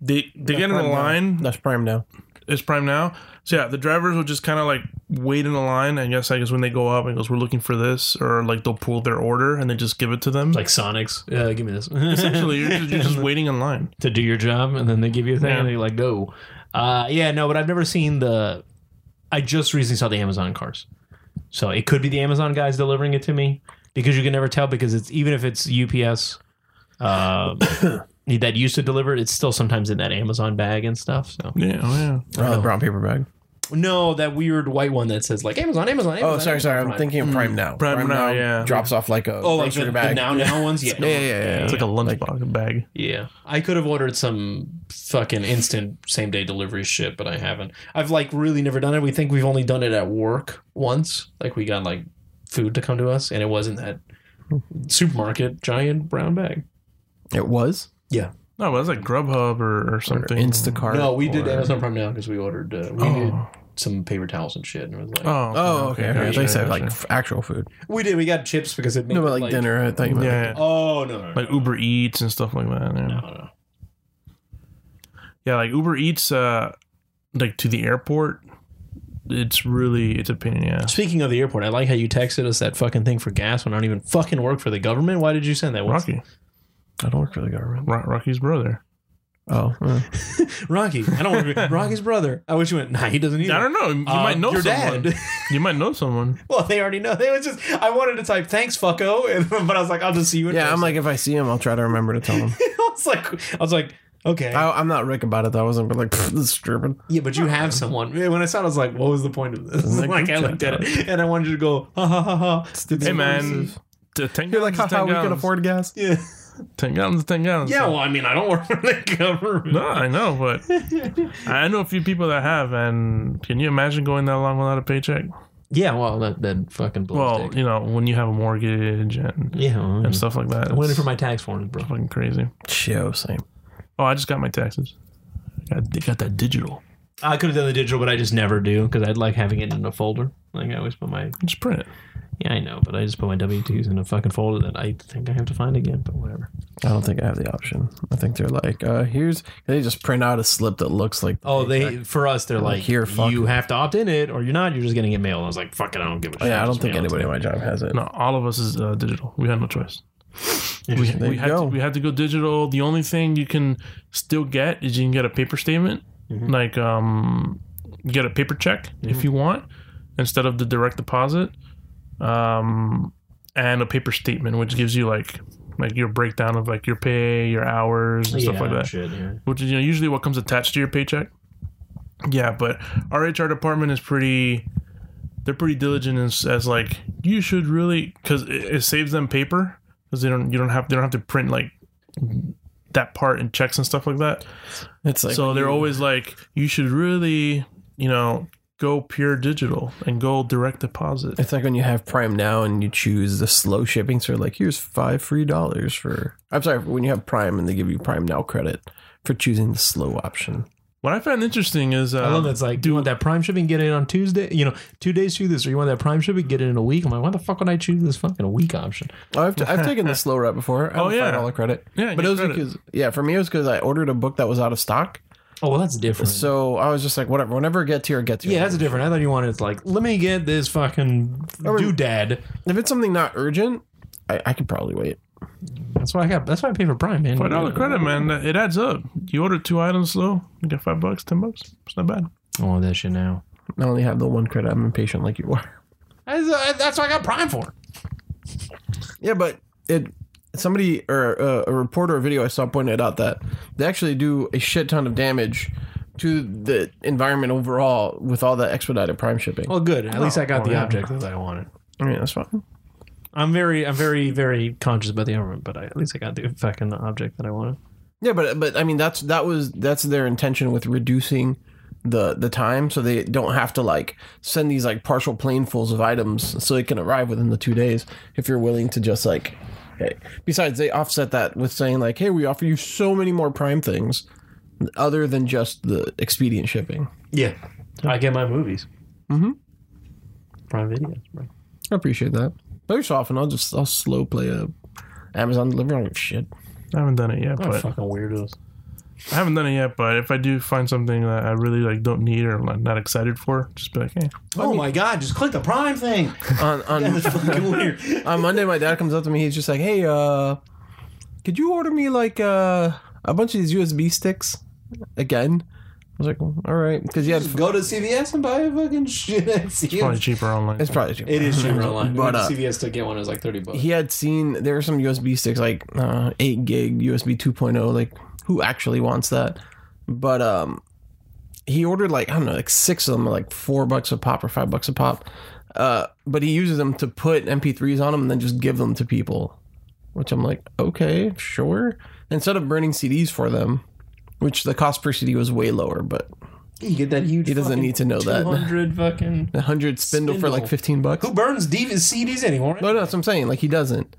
C: they they get in the
A: Prime Now.
C: line.
A: That's prime now.
C: It's Prime Now. So yeah, the drivers will just kind of like wait in the line. I guess I guess when they go up and goes, we're looking for this, or like they'll pull their order and they just give it to them.
D: like Sonics.
B: Uh,
D: Yeah, give me this.
C: Essentially, you're just, you're just waiting in line.
D: to do your job and then they give you a thing
C: Yeah.
D: and you're like no uh, yeah no but i've never seen the i just recently saw the amazon cars so it could be the amazon guys delivering it to me because you can never tell because it's even if it's ups uh, that used to deliver it it's still sometimes in that amazon bag and stuff so
C: Yeah, oh yeah.
A: Oh, the brown paper bag.
D: no that weird white one that says like amazon amazon,
A: Oh,
D: amazon
A: sorry, sorry. I'm
D: Prime.
A: thinking of prime now.
C: Prime Now, yeah.
A: Drops off like a
D: oh like
A: grocery
D: the, the
A: bag.
D: now now ones yeah
A: Yeah, yeah, yeah, yeah.
C: It's like a lunchbox bag.
D: Yeah. I could have ordered some fucking instant same day delivery shit, but I haven't. I've like really never done it. We think we've only done it at work once. Like we got like food to come to us and it wasn't that supermarket giant brown bag.
A: It was
C: No, but it's like Grubhub or, or
A: or
C: something.
A: Instacart.
D: No, we did
A: or-
D: Amazon Prime now because we ordered uh, we did
C: Oh.
D: some paper towels and shit and it was like
C: Oh,
A: Oh, okay. okay. I thought
C: Gotcha,
A: you said like
C: gotcha.
A: f- actual food.
D: we did we got chips because it made
A: No,
D: it,
A: but like, dinner. I thought you meant.
C: yeah, yeah.
D: Oh no, no, no,
C: like
D: no,
C: Uber Eats and stuff like that. Yeah,
D: No, no.
C: yeah like Uber Eats, uh, like to the airport. It's really it's a pain in the ass.
D: Speaking of the airport, I like how you texted us that fucking thing for gas when I don't even fucking work for the government. Why did you send that? What's-
C: Rocky,
A: I don't work for the government.
C: Ro- Rocky's brother.
A: Oh, uh,
D: Rocky. I don't want to be Rocky's brother. I wish you went. Nah, he doesn't either.
C: I don't know. You
D: Uh,
C: might know
D: your
C: someone.
D: dad.
C: You might know someone.
D: well, they already know. They was just. I wanted to type thanks, fucko, and, but I was like, I'll just see you. In
A: yeah. I'm
D: person."
A: like, if I see him, I'll try to remember to tell him.
D: I was like, I was like, okay,
A: I, I'm not Rick about it. though. I wasn't but like "Pfft, this is stupid.
D: yeah, but you have someone. Yeah, When I saw, it, I was like, what was the point of this?
A: Like,
D: Like, I looked at it, and I wanted you to go, ha ha ha ha.
A: Stupid.
C: Hey man, t- ten
A: You're like,
C: gallons is
A: haha,
C: ten
A: we can
C: gallons.
A: afford gas.
D: Yeah,
C: ten gallons, is ten gallons.
D: yeah. Well, I mean, I don't work for the government.
C: No, I know, but I know a few people that have, and can you imagine going that long without a paycheck?
D: Yeah, well, that that fucking blows.
C: Well, you know, when you have a mortgage and
D: yeah,
C: and stuff like that.
D: I'm Mm. waiting
C: it's
D: for my tax forms, bro.
C: fucking crazy.
A: Show same.
C: Oh, I just got my taxes. I got, they got that digital.
D: I could have done the digital, but I just never do because I'd like having it in a folder. Like I always put my
C: Just print it.
D: Yeah, I know, but I just put my W twos in a fucking folder that I think I have to find again. But whatever.
A: I don't think I have the option. I think they're like, uh, here's they just print out a slip that looks like.
D: Oh, they for us, they're
A: Like,
D: like,
A: here, fuck.
D: you have to opt in it, or you're not. You're just getting it mailed. I was like, fuck it, I don't give a shit.
A: Oh, yeah, I don't
D: Just
A: think
D: mail it.
A: anybody in my job has it.
C: No, all of us is uh, digital. We had no choice. We,
A: There
C: we
A: you
C: had
A: go.
C: to, we had to go digital. The only thing you can still get is you can get a paper statement,
A: Mm-hmm.
C: like um, you get a paper check if you want instead of the direct deposit, um, and a paper statement which gives you like like your breakdown of like your pay, your hours, and
D: Yeah,
C: stuff like that.
D: Shit, yeah.
C: which is you know usually what comes attached to your paycheck. Yeah, but our HR department is pretty. They're pretty diligent as, as like you should really because it, it saves them paper because they don't you don't have they don't have to print like that part and checks and stuff like that.
A: It's like
C: so they're always like you should really you know go pure digital and go direct deposit.
A: It's like when you have Prime now and you choose the slow shipping. So like, here's five free dollars for. I'm sorry, when you have Prime and they give you Prime now credit for choosing the slow option.
C: What I found interesting is uh,
D: I
A: Um,
D: love that. It's like, do you want that prime shipping? Get it on Tuesday. You know, two days through this, or you want that prime shipping? Get it in a week. I'm like, why the fuck would I choose this fucking week option?
A: Oh, I've, I've taken the slow route before. I
C: Oh,
A: oh yeah,
C: yeah.
A: dollar credit.
C: Yeah,
A: but
C: get
A: it was
C: credit.
A: because yeah, for me it was because I ordered a book that was out of stock.
D: Oh well, that's different.
A: So I was just like, whatever. Whenever it gets here, it gets here.
D: yeah, that's different. I thought you wanted it's like, let me get this fucking doodad.
A: if it's something not urgent, I, I could probably wait.
D: That's why I got. That's why I pay for Prime, man.
C: Five dollar credit, man. It adds up. You order two items though, you get five bucks, ten bucks. It's not bad.
D: I want that shit now.
A: I only have the one credit. I'm impatient, like you are.
D: That's, uh, that's what I got Prime for.
A: Yeah, but it somebody or uh, a reporter or video I saw pointed out that they actually do a shit ton of damage to the environment overall with all the expedited prime shipping.
D: Well, good. At least I got
C: oh,
D: the
C: yeah.
D: object that I wanted.
A: I mean, that's fine.
D: I'm very, I'm very, very conscious about the environment, but I, at least I got the fucking object that I wanted.
A: Yeah, but but I mean that's that was that's their intention with reducing the the time so they don't have to like send these like partial planefuls of items so it can arrive within the two days if you're willing to just like Besides, they offset that with saying like, "Hey, we offer you so many more Prime things, other than just the expedient shipping."
D: Yeah. I get my movies.
A: Mhm.
D: Prime videos, bro.
A: I appreciate that. Very often, I'll just I'll slow play a Amazon delivery. I'm like, shit.
C: I haven't done it yet,
D: What
C: but
D: fucking weirdos.
C: I haven't done it yet. But if I do find something that I really like, don't need or I'm not excited for, just be like, "Eh, hey,
D: Oh my god, just click the prime thing.
A: On on,
D: fucking weird.
A: on Monday, my dad comes up to me. He's just like, "Hey, uh, could you order me like uh, a bunch of these USB sticks again?" I was like, well, "All right," because he had
D: Go to CVS and buy a fucking shit at
C: probably
D: CVS.
C: cheaper online.
A: it's probably cheaper.
D: It is cheaper online.
A: But,
D: But
A: uh,
D: CVS to get one is like thirty bucks.
A: he had seen there were some USB sticks like uh, eight gig USB 2.0. oh, Like who actually wants that? But um, he ordered like I don't know, like six of them, like four bucks a pop or five bucks a pop. Uh, but he uses them to put MP3s on them and then just give them to people, which I'm like, okay, sure. Instead of burning CDs for them, which the cost per CD was way lower, but
D: You get that huge.
A: He doesn't need to know that.
D: Hundred fucking.
A: a hundred spindle, for like 15
D: Spindle.
A: bucks.
D: Who burns DVDs CDs anymore?
A: Oh, No, no, that's what I'm saying. Like he doesn't,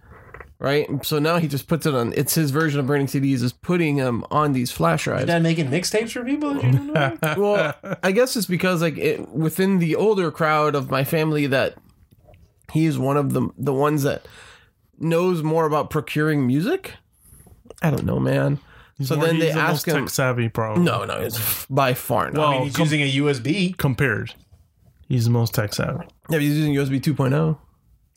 A: right? So now he just puts it on. It's his version of burning CDs is putting them on these flash drives.
D: Dad making mixtapes for people. That you don't know?
A: well, I guess it's because like it, within the older crowd of my family that he is one of the the ones that knows more about procuring music. I don't know, man. so
C: Or
A: then
C: he's
A: they
C: the
A: ask
C: most
A: him.
C: tech savvy, probably.
A: No, no, it's by far not.
C: Well,
A: Well,
D: He's
C: com-
D: using a USB.
C: compared, he's the most tech savvy.
A: yeah, he's using USB 2.0.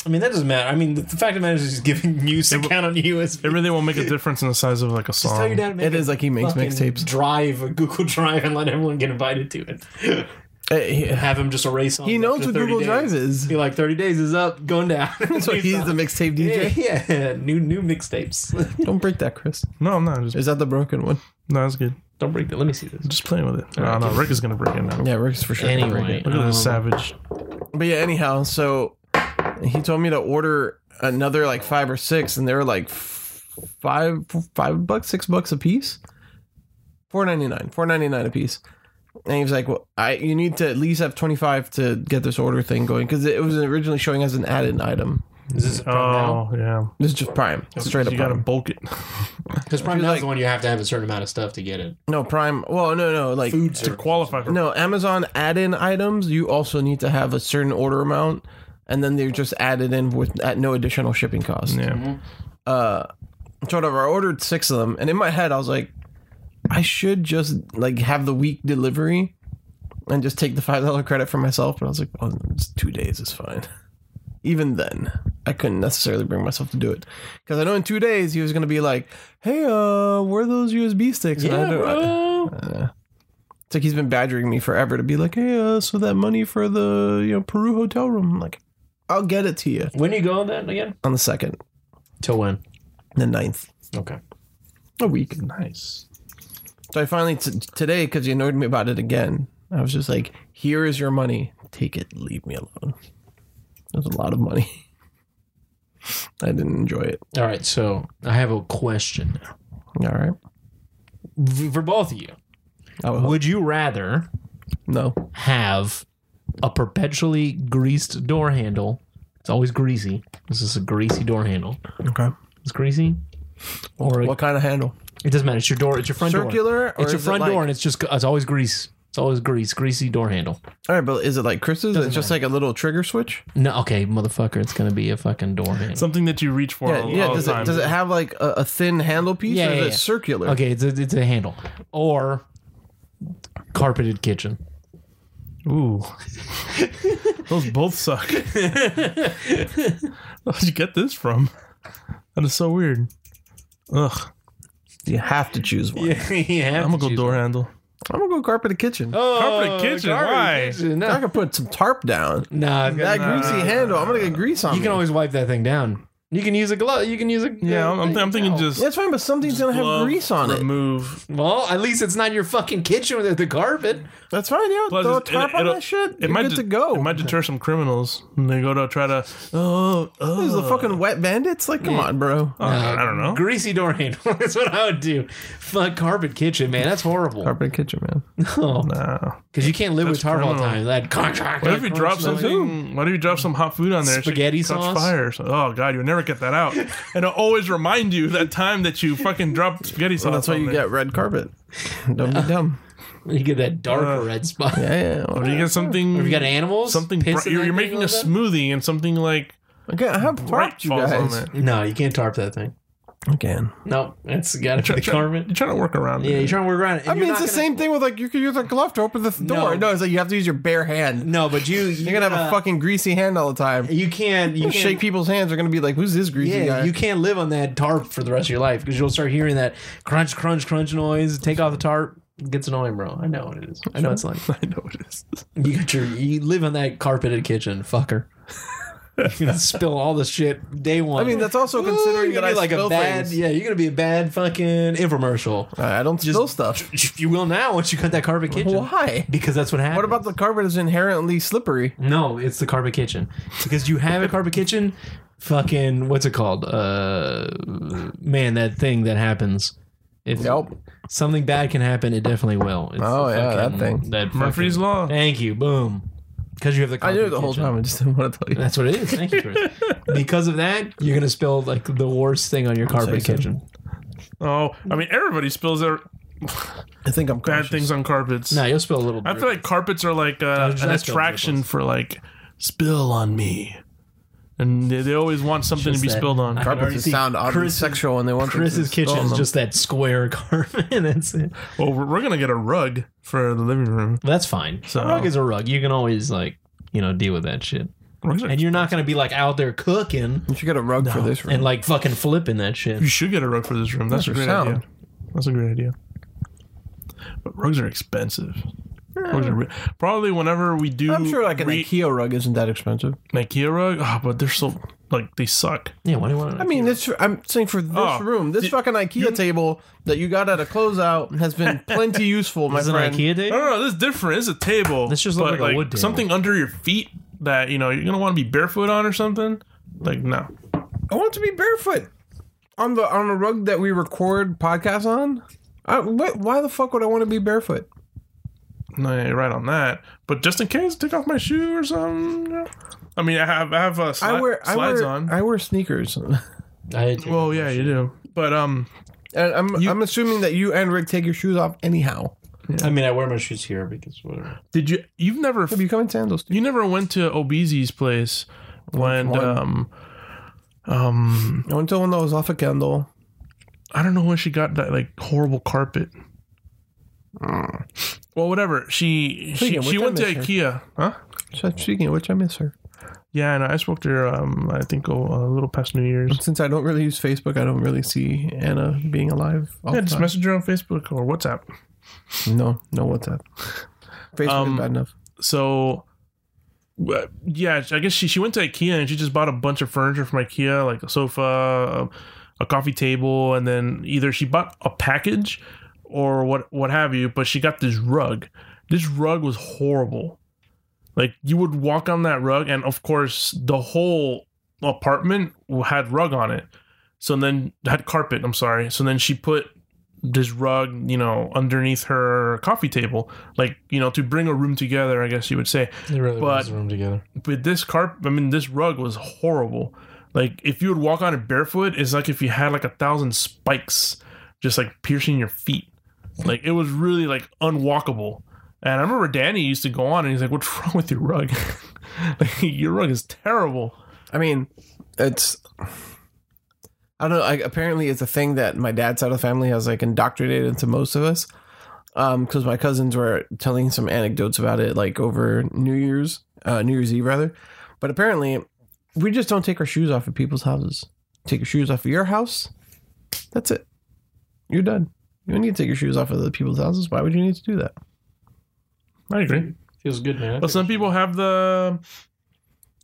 D: I mean, that doesn't matter. I mean, the, the fact of the matter is he's giving news to count on USB.
C: It really won't make a difference in the size of like a
D: Just tell your
C: song.
D: dad to make
A: It
D: a
A: is like he makes
D: fucking
A: mixtapes.
D: Drive a Google Drive and let everyone get invited to it.
A: Uh, he-
D: Have him just erase. all
A: He
D: the
A: knows
D: extra
A: what
D: 30
A: Google
D: days.
A: Drive is.
D: Be like thirty days is up, going down.
A: So he's the mixtape
D: yeah,
A: DJ.
D: yeah, yeah. new new mixtapes.
A: Don't break that, Chris.
C: No, I'm not. Just,
A: Is that the broken one?
C: no, that's good.
D: Don't break that. Let me see this.
C: Just playing with it. No, no, Rick is gonna break it now.
A: Yeah, Rick's for sure. gonna break
D: Anyway.
A: it.
C: Look at
D: Um,
C: this savage.
A: But yeah, anyhow, so he told me to order another like five or six, and they were like f- five five bucks, six bucks a piece. Four ninety nine, four ninety nine a piece. And he was like, "Well, I you need to at least have twenty five to get this order thing going because it was originally showing as an add-in item.
D: Is this Prime now?
C: Oh yeah,
A: This is just Prime, straight up
C: Oh, you gotta
A: Prime.
C: bulk it.
D: Because Prime now is the one you have to have a certain amount of stuff to get it.
A: No Prime. Well, no, no, like
D: Food
C: to qualify for
A: no Amazon add-in items. You also need to have a certain order amount, and then they're just added in with at no additional shipping cost.
C: yeah.
A: uh sort of I ordered six of them and in my head I was like I should just like have the week delivery and just take the five dollar credit for myself but I was like oh it's two days is fine even then I couldn't necessarily bring myself to do it because I know in two days he was gonna be like hey uh where are those USB sticks And I don't- uh, it's like he's been badgering me forever to be like hey uh so that money for the you know Peru hotel room I'm like I'll get it to you
D: When are you going then again?
A: on the second
D: Till when?
A: the ninth
D: Okay.
A: a week
C: Nice.
A: So I finally t- today because you annoyed me about it again. I was just like, "Here is your money. Take it. Leave me alone." That's a lot of money. I didn't enjoy it.
D: All right. So I have a question now
A: All right.
D: V- for both of you.
A: I would hope-
D: Would you rather
A: no.
D: have a perpetually greased door handle? It's always greasy. This is a greasy door handle.
C: Okay.
D: It's greasy. Or
A: What kind of handle?
D: it doesn't matter. It's your door. It's your front door.
A: Circular. Or
D: It's your
A: is it
D: front
A: like-
D: door, and it's just it's always grease. It's always grease. Greasy door handle.
A: All right, but is it like Chris's? It's just like a little trigger switch.
D: No, okay, motherfucker. It's gonna be a fucking door handle.
C: Something that you reach for.
A: Yeah,
C: all,
A: yeah.
C: all
A: Does
C: the time.
A: it does it have like a, a thin handle piece
D: Yeah,
A: or is
D: yeah,
A: it
D: yeah.
A: circular?
D: Okay, it's a, it's a handle or carpeted kitchen.
C: Ooh. Those both suck. Where'd you get this from? That is so weird. Ugh.
A: You have to choose one.
D: yeah,
C: I'm gonna go door handle.
A: I'm gonna go carpet a kitchen.
D: Oh,
C: Carpeted kitchen, why?
D: kitchen,
A: I
D: No,
A: could put some tarp down.
D: Nah,
A: That
D: nah.
A: greasy handle. I'm gonna get grease on.
D: you can
A: me.
D: always wipe that thing down. You can use a glove. You can use a
C: Yeah, I'm, I'm, th- I'm thinking just.
A: That's fine, but something's gonna have
C: glove,
A: grease on it.
C: Remove.
D: Well, at least it's not your fucking kitchen with the carpet.
A: That's fine. Yeah,
C: Plus,
A: throw a
C: it's-
A: tarp on
C: it'll- it'll-
A: that shit.
C: It
A: You're
C: might
A: good
C: de-
A: to go.
C: It might deter some criminals. And they go to try to. Oh, oh.
A: These are the fucking wet bandits. Like, come on, bro.
C: Oh, I don't know.
D: Greasy door handle. That's what I would do. Fuck carpet kitchen, man. That's horrible. Oh.
A: Carpet kitchen, man.
D: Because
C: Nah.
D: you can't live with tarp all the
C: criminal.
D: time. That
C: What if you drop something? What if you drop some hot food on there? It should
D: Spaghetti
C: catch
D: sauce?
C: Fire. or something. Oh god, you'll never cut that out. And it'll always remind you that time that you fucking dropped spaghetti sauce.
A: Well, that's why
C: on
A: you
C: there.
A: get red carpet. Don't be dumb.
D: You get that dark red spot.
A: Yeah, yeah.
C: Or
A: well,
C: you get something.
D: Or if you got animals,
C: Uh, something.
D: piss
C: bri-
D: in
C: you're,
D: that
C: you're
D: thing
C: making a
D: like that?
C: smoothie and something like
A: Okay, I have
C: bright
A: parked you
C: falls
A: guys.
C: on it.
D: No, you can't tarp that thing.
A: Again.
D: No, it's got to
C: Try-
D: be
C: try-
D: Carmen.
C: You're trying to work around.
D: Yeah,
C: it.
D: you're trying to work around it. and
A: I
D: you're
A: mean, it's
D: not
A: the
D: gonna-
A: same thing with like you could use a glove to open the th-
D: No.
A: door. No, it's like you have to use your bare hand.
D: No, but you you uh,
A: You're gonna have a fucking greasy hand all the time.
D: You can't. You
A: You
D: can't,
A: shake people's hands. They're gonna be like, "Who's this greasy
D: Yeah,
A: guy?"
D: you can't live on that tarp for the rest of your life because you'll start hearing that crunch, crunch, crunch noise. Take off the tarp. It gets annoying, bro. I know what it is. I know it's like
C: I know it is.
D: you got your you live in that carpeted kitchen, fucker. You're gonna spill all the shit day one.
A: I mean, that's also
D: Ooh,
A: considering that
D: you're gonna
A: I
D: be like
A: spill
D: a bad.
A: things.
D: Yeah, you're gonna be a bad fucking infomercial.
A: I I don't spill stuff.
D: You will now once you cut that carpet kitchen.
A: Why?
D: Because that's what happens.
A: What about the carpet is inherently slippery?
D: No, it's the carpet kitchen because you have a carpet kitchen. Fucking what's it called? Uh, man, that thing that happens. If
A: Yep.
D: something bad can happen, it definitely will. It's
A: Oh,
D: the
A: yeah, that thing.
D: That
C: Murphy's
D: fucking-
C: Law.
D: Thank you. Boom. Because you have the.
A: I
D: Carpet
A: knew it the whole
D: kitchen.
A: time. I just didn't want to tell you.
D: That's what it is. Thank you. Chris. because of that, you're gonna spill like the worst thing on your carpet
A: so.
D: kitchen.
C: Oh, I mean, everybody spills their
A: I think I'm
C: bad
A: cautious.
C: things on carpets.
D: No, you'll spill a little.
C: I
D: bit.
C: feel like carpets are like uh,
D: just
C: an
D: like spilled
C: attraction
D: nipples.
C: for like spill on me, and they, they always want something to
D: Just
C: be
D: that-
C: spilled on.
D: I-
A: Carpets
D: already
A: just
D: see
A: sound oddly
D: Chris's-
A: sexual, and they want them to
D: Chris's kitchen
A: spill
D: is
A: them.
D: just that square carpet. That's it.
C: Well, we're, we're gonna get a rug for the living room.
D: That's fine.
C: So-
D: a rug is a rug. You can always like you know deal with that shit.
C: Rugs are-
D: And you're not gonna be like out there cooking
A: You should get a rug for this room.
D: and like fucking flipping that
C: you
D: shit.
C: should get a rug for this room. That's a
A: Rugs are
C: great
A: sound.
C: idea. That's a great idea. But rugs are expensive. Rugs are re- probably whenever we do.
A: I'm sure like an
C: re-
A: IKEA rug isn't that expensive.
C: an IKEA rug, oh, but they're so like they suck.
D: Yeah, why do you want?
A: I mean, this. I'm saying for this
C: Oh,
A: room, this fucking IKEA table that you got at a closeout has been plenty useful, my
D: is an
A: friend.
D: IKEA day?
C: No, no, no, this is different. It's a table.
D: This just look
C: but,
D: like a wood table.
C: Something under your feet that you know you're gonna want to be barefoot on or something. Like no,
A: I want to be barefoot on the on the rug that we record podcasts on. I, what, why the fuck would I want to be barefoot?
C: no, you're right on that. But just in case, take off my shoe or something. you know? I mean, I have I have uh, sli-
A: I wear I
C: slides
A: wear
C: on.
A: I wear sneakers. and
D: I,
C: well, yeah, you do. But um,
A: I'm I'm assuming that you and Rick take your shoes off anyhow.
D: I mean, I wear my shoes here because whatever.
C: did you? You've never
A: Maybe you come in sandals. Dude.
C: you never went to Obese's place when
A: one?
C: um um
A: I went to one that was off a candle.
C: I don't know when she got that like horrible carpet.
A: Ah.
C: Well, whatever. She she,
A: Speaking of
C: she
A: which, I
C: went to
A: miss her.
C: IKEA, huh?
A: So
C: Oh.
A: Speaking of which, I miss her.
C: Yeah, and I spoke to her. Um, I think oh, a little past New Year's.
A: Since I don't really use Facebook, I don't really see Anna being alive. all
C: Yeah,
A: the
C: just
A: time.
C: message her on Facebook or WhatsApp.
A: No, no WhatsApp. Facebook
C: Um,
A: is bad enough.
C: So, uh, yeah, I guess she she went to IKEA and she just bought a bunch of furniture from IKEA, like a sofa, a, a coffee table, and then either she bought a package or what what have you. But she got this rug. This rug was horrible. Like you would walk on that rug, and of course the whole apartment had rug on it. So then had carpet. I'm sorry. So then she put this rug, you know, underneath her coffee table, like you know, to bring a room together. I guess you would say.
D: They really
C: But-
D: was the room together.
C: But this carp, I mean, this rug was horrible. Like if you would walk on it barefoot, it's like if you had like a thousand spikes just like piercing your feet. Like it was really like unwalkable. And I remember Danny used to go on and he's like, "What's wrong with your rug? like your rug is terrible."
A: I mean, it's. I don't know. Like, apparently, it's a thing that my dad's side of the family has like indoctrinated into most of us. Um, because my cousins were telling some anecdotes about it, like over New Year's, uh, New Year's Eve rather. But apparently, we just don't take our shoes off of people's houses. Take your shoes off of your house. That's it. You're done. You don't need to take your shoes off of the people's houses. Why would you need to do that?
C: I agree.
D: Feels good, man.
C: But some people have the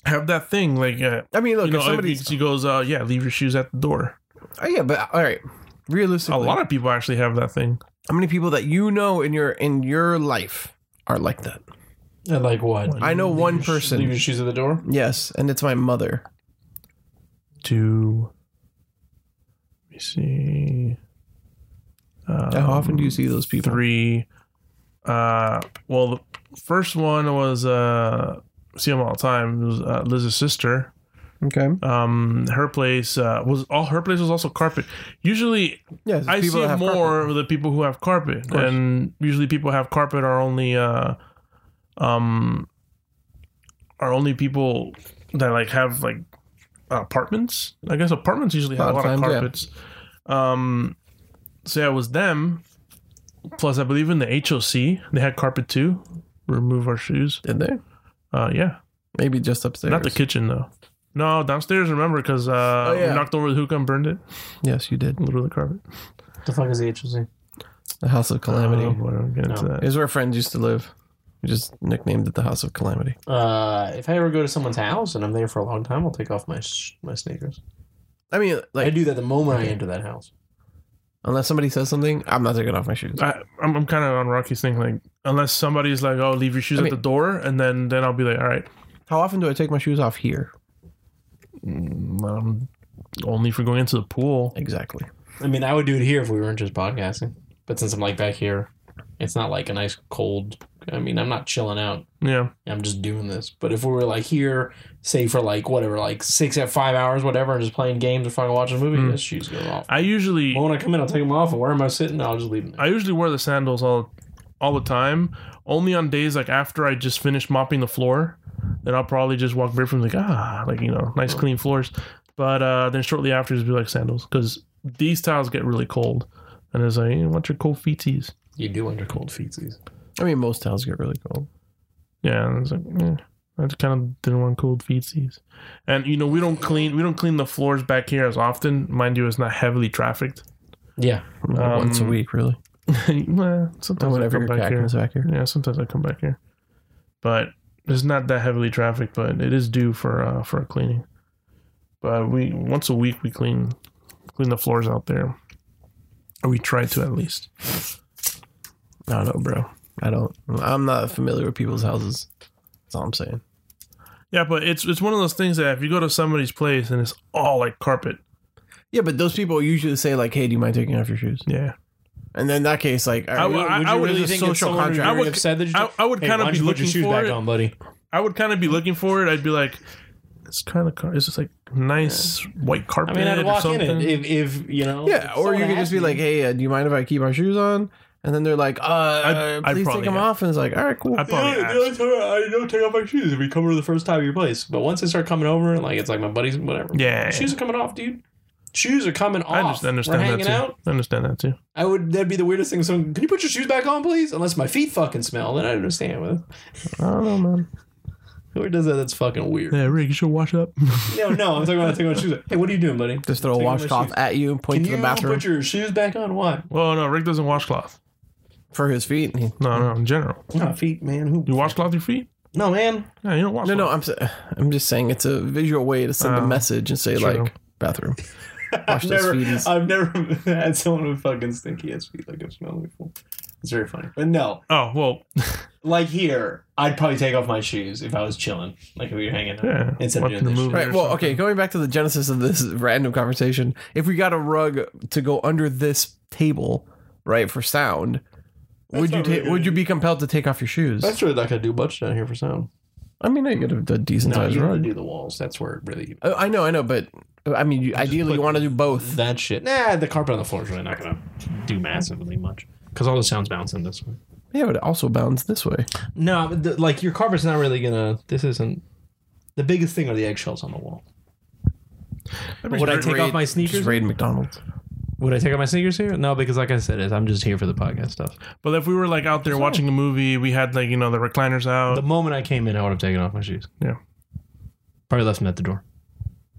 C: have that thing like uh,
A: I mean, look,
C: you know,
A: if
C: if
A: somebody's
C: he goes, uh, "Yeah, leave your shoes at the door."
A: Oh, yeah, but all right.
C: A
A: Realistically,
C: lot of people actually have that thing.
A: how many people that you know in your in your life are like that?
D: And like what?
A: I know one
D: Leave your
A: person.
D: shoes at the door.
A: Yes, and it's my mother.
C: To let me see,
A: How often do you see those people?
C: Um, three. Uh, well, the first one was uh, see him all the time. It was uh, Liz's sister.
A: Okay.
C: Um, her place uh, was all her place was also carpet. Usually,
A: Yeah, it's
C: I
A: people
C: see
A: that have
C: more
A: carpet.
C: of the people who have carpet,
A: course.
C: and usually people have carpet are only, uh, um, are only people that like have like apartments. I guess apartments usually have a lot
A: lot
C: of,
A: of times, yeah.
C: carpets. Um, so yeah, it was them. Plus, I believe in the HOC they had carpet too. Remove our shoes.
A: Did they?
C: Uh, yeah,
A: Maybe just upstairs.
C: not the kitchen though. No, downstairs. Remember, because uh,
A: Oh, yeah.
C: we knocked over the hookah and burned it.
A: Yes, you did.
C: Literally carpet.
D: The fuck is the HLC?
A: The House of Calamity.
C: Oh, boy, I'll get into
D: No.
C: that.
A: is where friends used to live. We just nicknamed it the House of Calamity.
D: Uh, if I ever go to someone's house and I'm there for a long time, I'll take off my sh- my sneakers.
A: I mean,
D: I
A: like,
D: do that the moment I enter that house.
A: unless somebody says something, I'm not taking off my shoes.
C: I, I'm, I'm kind of on Rocky's thing. Like, unless somebody's like, "Oh, leave your shoes
A: I
C: at
A: mean-
C: the door," and then then I'll be like, "All right,
A: How often do I take my shoes off here?
C: um, only for going into the pool."
A: Exactly.
D: I mean, I would do it here if we weren't just podcasting. But since I'm like back here, it's not like a nice cold. I mean, I'm not chilling out.
C: Yeah,
D: I'm just doing this. But if we were like here, say for like whatever, like six at five hours, whatever, and just playing games or fucking watching a movie,
C: Mm.
D: this shoes go off.
C: I usually
D: Well, when I come in, I'll take them off. And where am I sitting? I'll just leave them. There.
C: I usually wear the sandals all all the time. Only on days like after I just finish mopping the floor, then I'll probably just walk barefoot. and be Like ah, like you know, nice clean floors. But uh, then shortly after, just be like sandals because these towels get really cold, and it's like, you want your cold feeties?
D: You do under cold feetsies.
A: I mean, most towels get really cold.
C: Yeah, and it's like eh, I just kind of didn't want cold feetsies. And you know, we don't clean we don't clean the floors back here as often. Mind you, it's not heavily trafficked.
D: Yeah.
A: Like, once a
C: Um,
A: week, really.
C: Well, sometimes I
A: Whenever
C: come
A: your
C: back
A: cat
C: here.
A: comes back here.
C: Yeah, sometimes I come back here, but it's not that heavily trafficked. But it is due for uh, for a cleaning. But we once a week we clean clean the floors out there. Or we try to at least.
A: I don't know, bro. I don't. I'm not familiar with people's houses. That's all I'm saying.
C: Yeah, but it's it's one of those things that if you go to somebody's place and it's all like carpet.
A: Yeah, but those people usually say like, "Hey, do you mind taking off your shoes?"
C: Yeah.
A: And then in that case, like, all right,
C: would- I- I would
A: really
C: really
A: think
C: think
A: social contract.
C: I would-
D: upset that you
C: I- I would
D: Hey,
C: kinda
D: why don't
C: be
D: you put
C: looking
D: your shoes
C: for
D: back
C: it.
D: on, buddy.
C: I would kind of be looking for it. I'd be like, it's kind of car- it's just like nice white
D: I
C: carpet.
D: mean, I'd
C: or
D: walk in
C: something.
D: it if, if you know.
A: yeah,
D: if
A: or you
D: someone
A: could just
D: asked
A: be
D: me-
A: like, "Hey, uh, do you mind if I keep my shoes on?" And then they're like, "Uh,
C: I'd
A: please take
C: probably
A: them
C: have-
A: off." And it's like, "All right, cool."
C: I'd probably
D: Yeah,
C: ask.
D: the only time I I don't take off my shoes if we come over the first time at your place. But once they start coming over, like it's like my buddies, whatever.
C: Yeah.
D: shoes are coming off, dude. Shoes are coming off.
C: I understand,
D: We're
C: understand
D: hanging
C: that too.
D: out.
C: I understand that too.
D: I would. That'd be the weirdest thing. Someone, can you put your shoes back on, please? Unless my feet fucking smell, then I understand. With
C: I don't know, man.
D: whoever does that, that's fucking weird.
C: Yeah, Rick, you should wash up.
D: no, no, I'm talking about taking my shoes. off. Hey, what are you doing, buddy?
A: just throw a
D: Taking my
A: washcloth
D: shoes.
A: at you and point
D: Can
A: to
D: you
A: the bathroom
D: put your shoes back on? Why?
C: well, no, Rick doesn't washcloth.
A: for his feet. He-
C: No, no, in general,
D: No feet, man. Who?
C: you washcloth your feet.
D: No, man.
C: Yeah, you don't washcloth.
A: No, no, I'm s- I'm just saying it's a visual way to send a
C: Oh,
A: message and say
C: true.
A: like bathroom. Wash
D: I've
A: those
D: never,
A: feeties.
D: I've never had someone with fucking stinky ass feet like I've smelled before. It's very funny. But no,
C: Oh well,
D: like here, I'd probably take off my shoes if I was chilling, like if we were hanging out.
C: yeah.
D: Instead of
C: Watching
D: doing
C: a
D: this
C: movie
D: shit.
C: or
A: Right. Well,
C: something.
A: okay. Going back to the genesis of this random conversation, if we got a rug to go under this table, right, for sound, would you
D: not really
A: ta- would you be compelled to take off your shoes?
D: That's really not gonna do much down here for sound.
A: I mean, I get a, a decent
D: No,
A: sized
D: you gotta
A: rug.
D: do the walls. That's where it really
A: Oh, I know, I know, but I mean, you, ideally,
D: put-
A: you want to do both.
D: that shit. Nah, the carpet on the floor is really not gonna do massively much because all the sounds bouncing this way.
A: Yeah, but it also bounds this way.
D: No, but the, like your carpet's not really gonna. This isn't. The biggest thing are the eggshells on the wall.
C: That'd be
D: Would I
C: great.
D: take off my sneakers?
A: Just raid McDonald's.
D: Would I take off my sneakers here? No, because like I said, is I'm just here for the podcast stuff.
C: But if we were like out there watching a movie, we had like you know the recliners out.
D: The moment I came in, I would have taken off my shoes.
C: Yeah.
D: Probably left them at the door.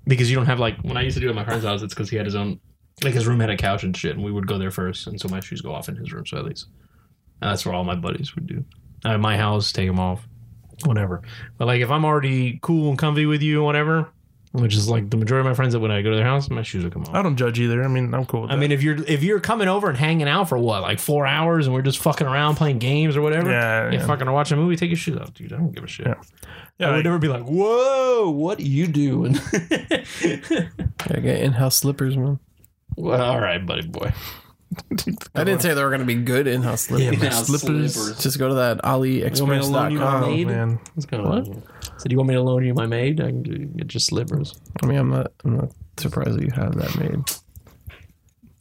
D: Because you don't have like when I used to do it at my friend's house, it's because he had his own like his room had a couch and shit, and we would go there first, and so my shoes go off in his room, so at least. And that's what all my buddies would do. At my house, take them off, whatever. But like if I'm already cool and comfy with you, whatever, which is like the majority of my friends that when I go to their house, my shoes will come off.
C: I don't judge either. I mean, I'm cool. With
D: I mean, if you're if you're coming over and hanging out for what, like four hours, and we're just fucking around playing games or whatever,
C: Yeah,
D: you
C: yeah.
D: fucking are watching a movie, take your shoes off, dude. I don't give a shit.
C: Yeah. yeah,
D: I
C: like,
D: would never be like, "Whoa, what are you doing?"
A: I got in-house slippers, man.
D: well, all right, buddy boy.
A: I didn't say they were going to be good in-house slippers.
D: Yeah,
C: slippers.
A: Just go to that
D: You want me to loan you my
A: AliExpress.com.
D: lead?
C: Oh, man.
D: What's going
A: What?
D: on? Said, "You want me to loan you my maid? I can do- get just slippers."
A: I mean, I'm not, I'm not surprised that you have that made.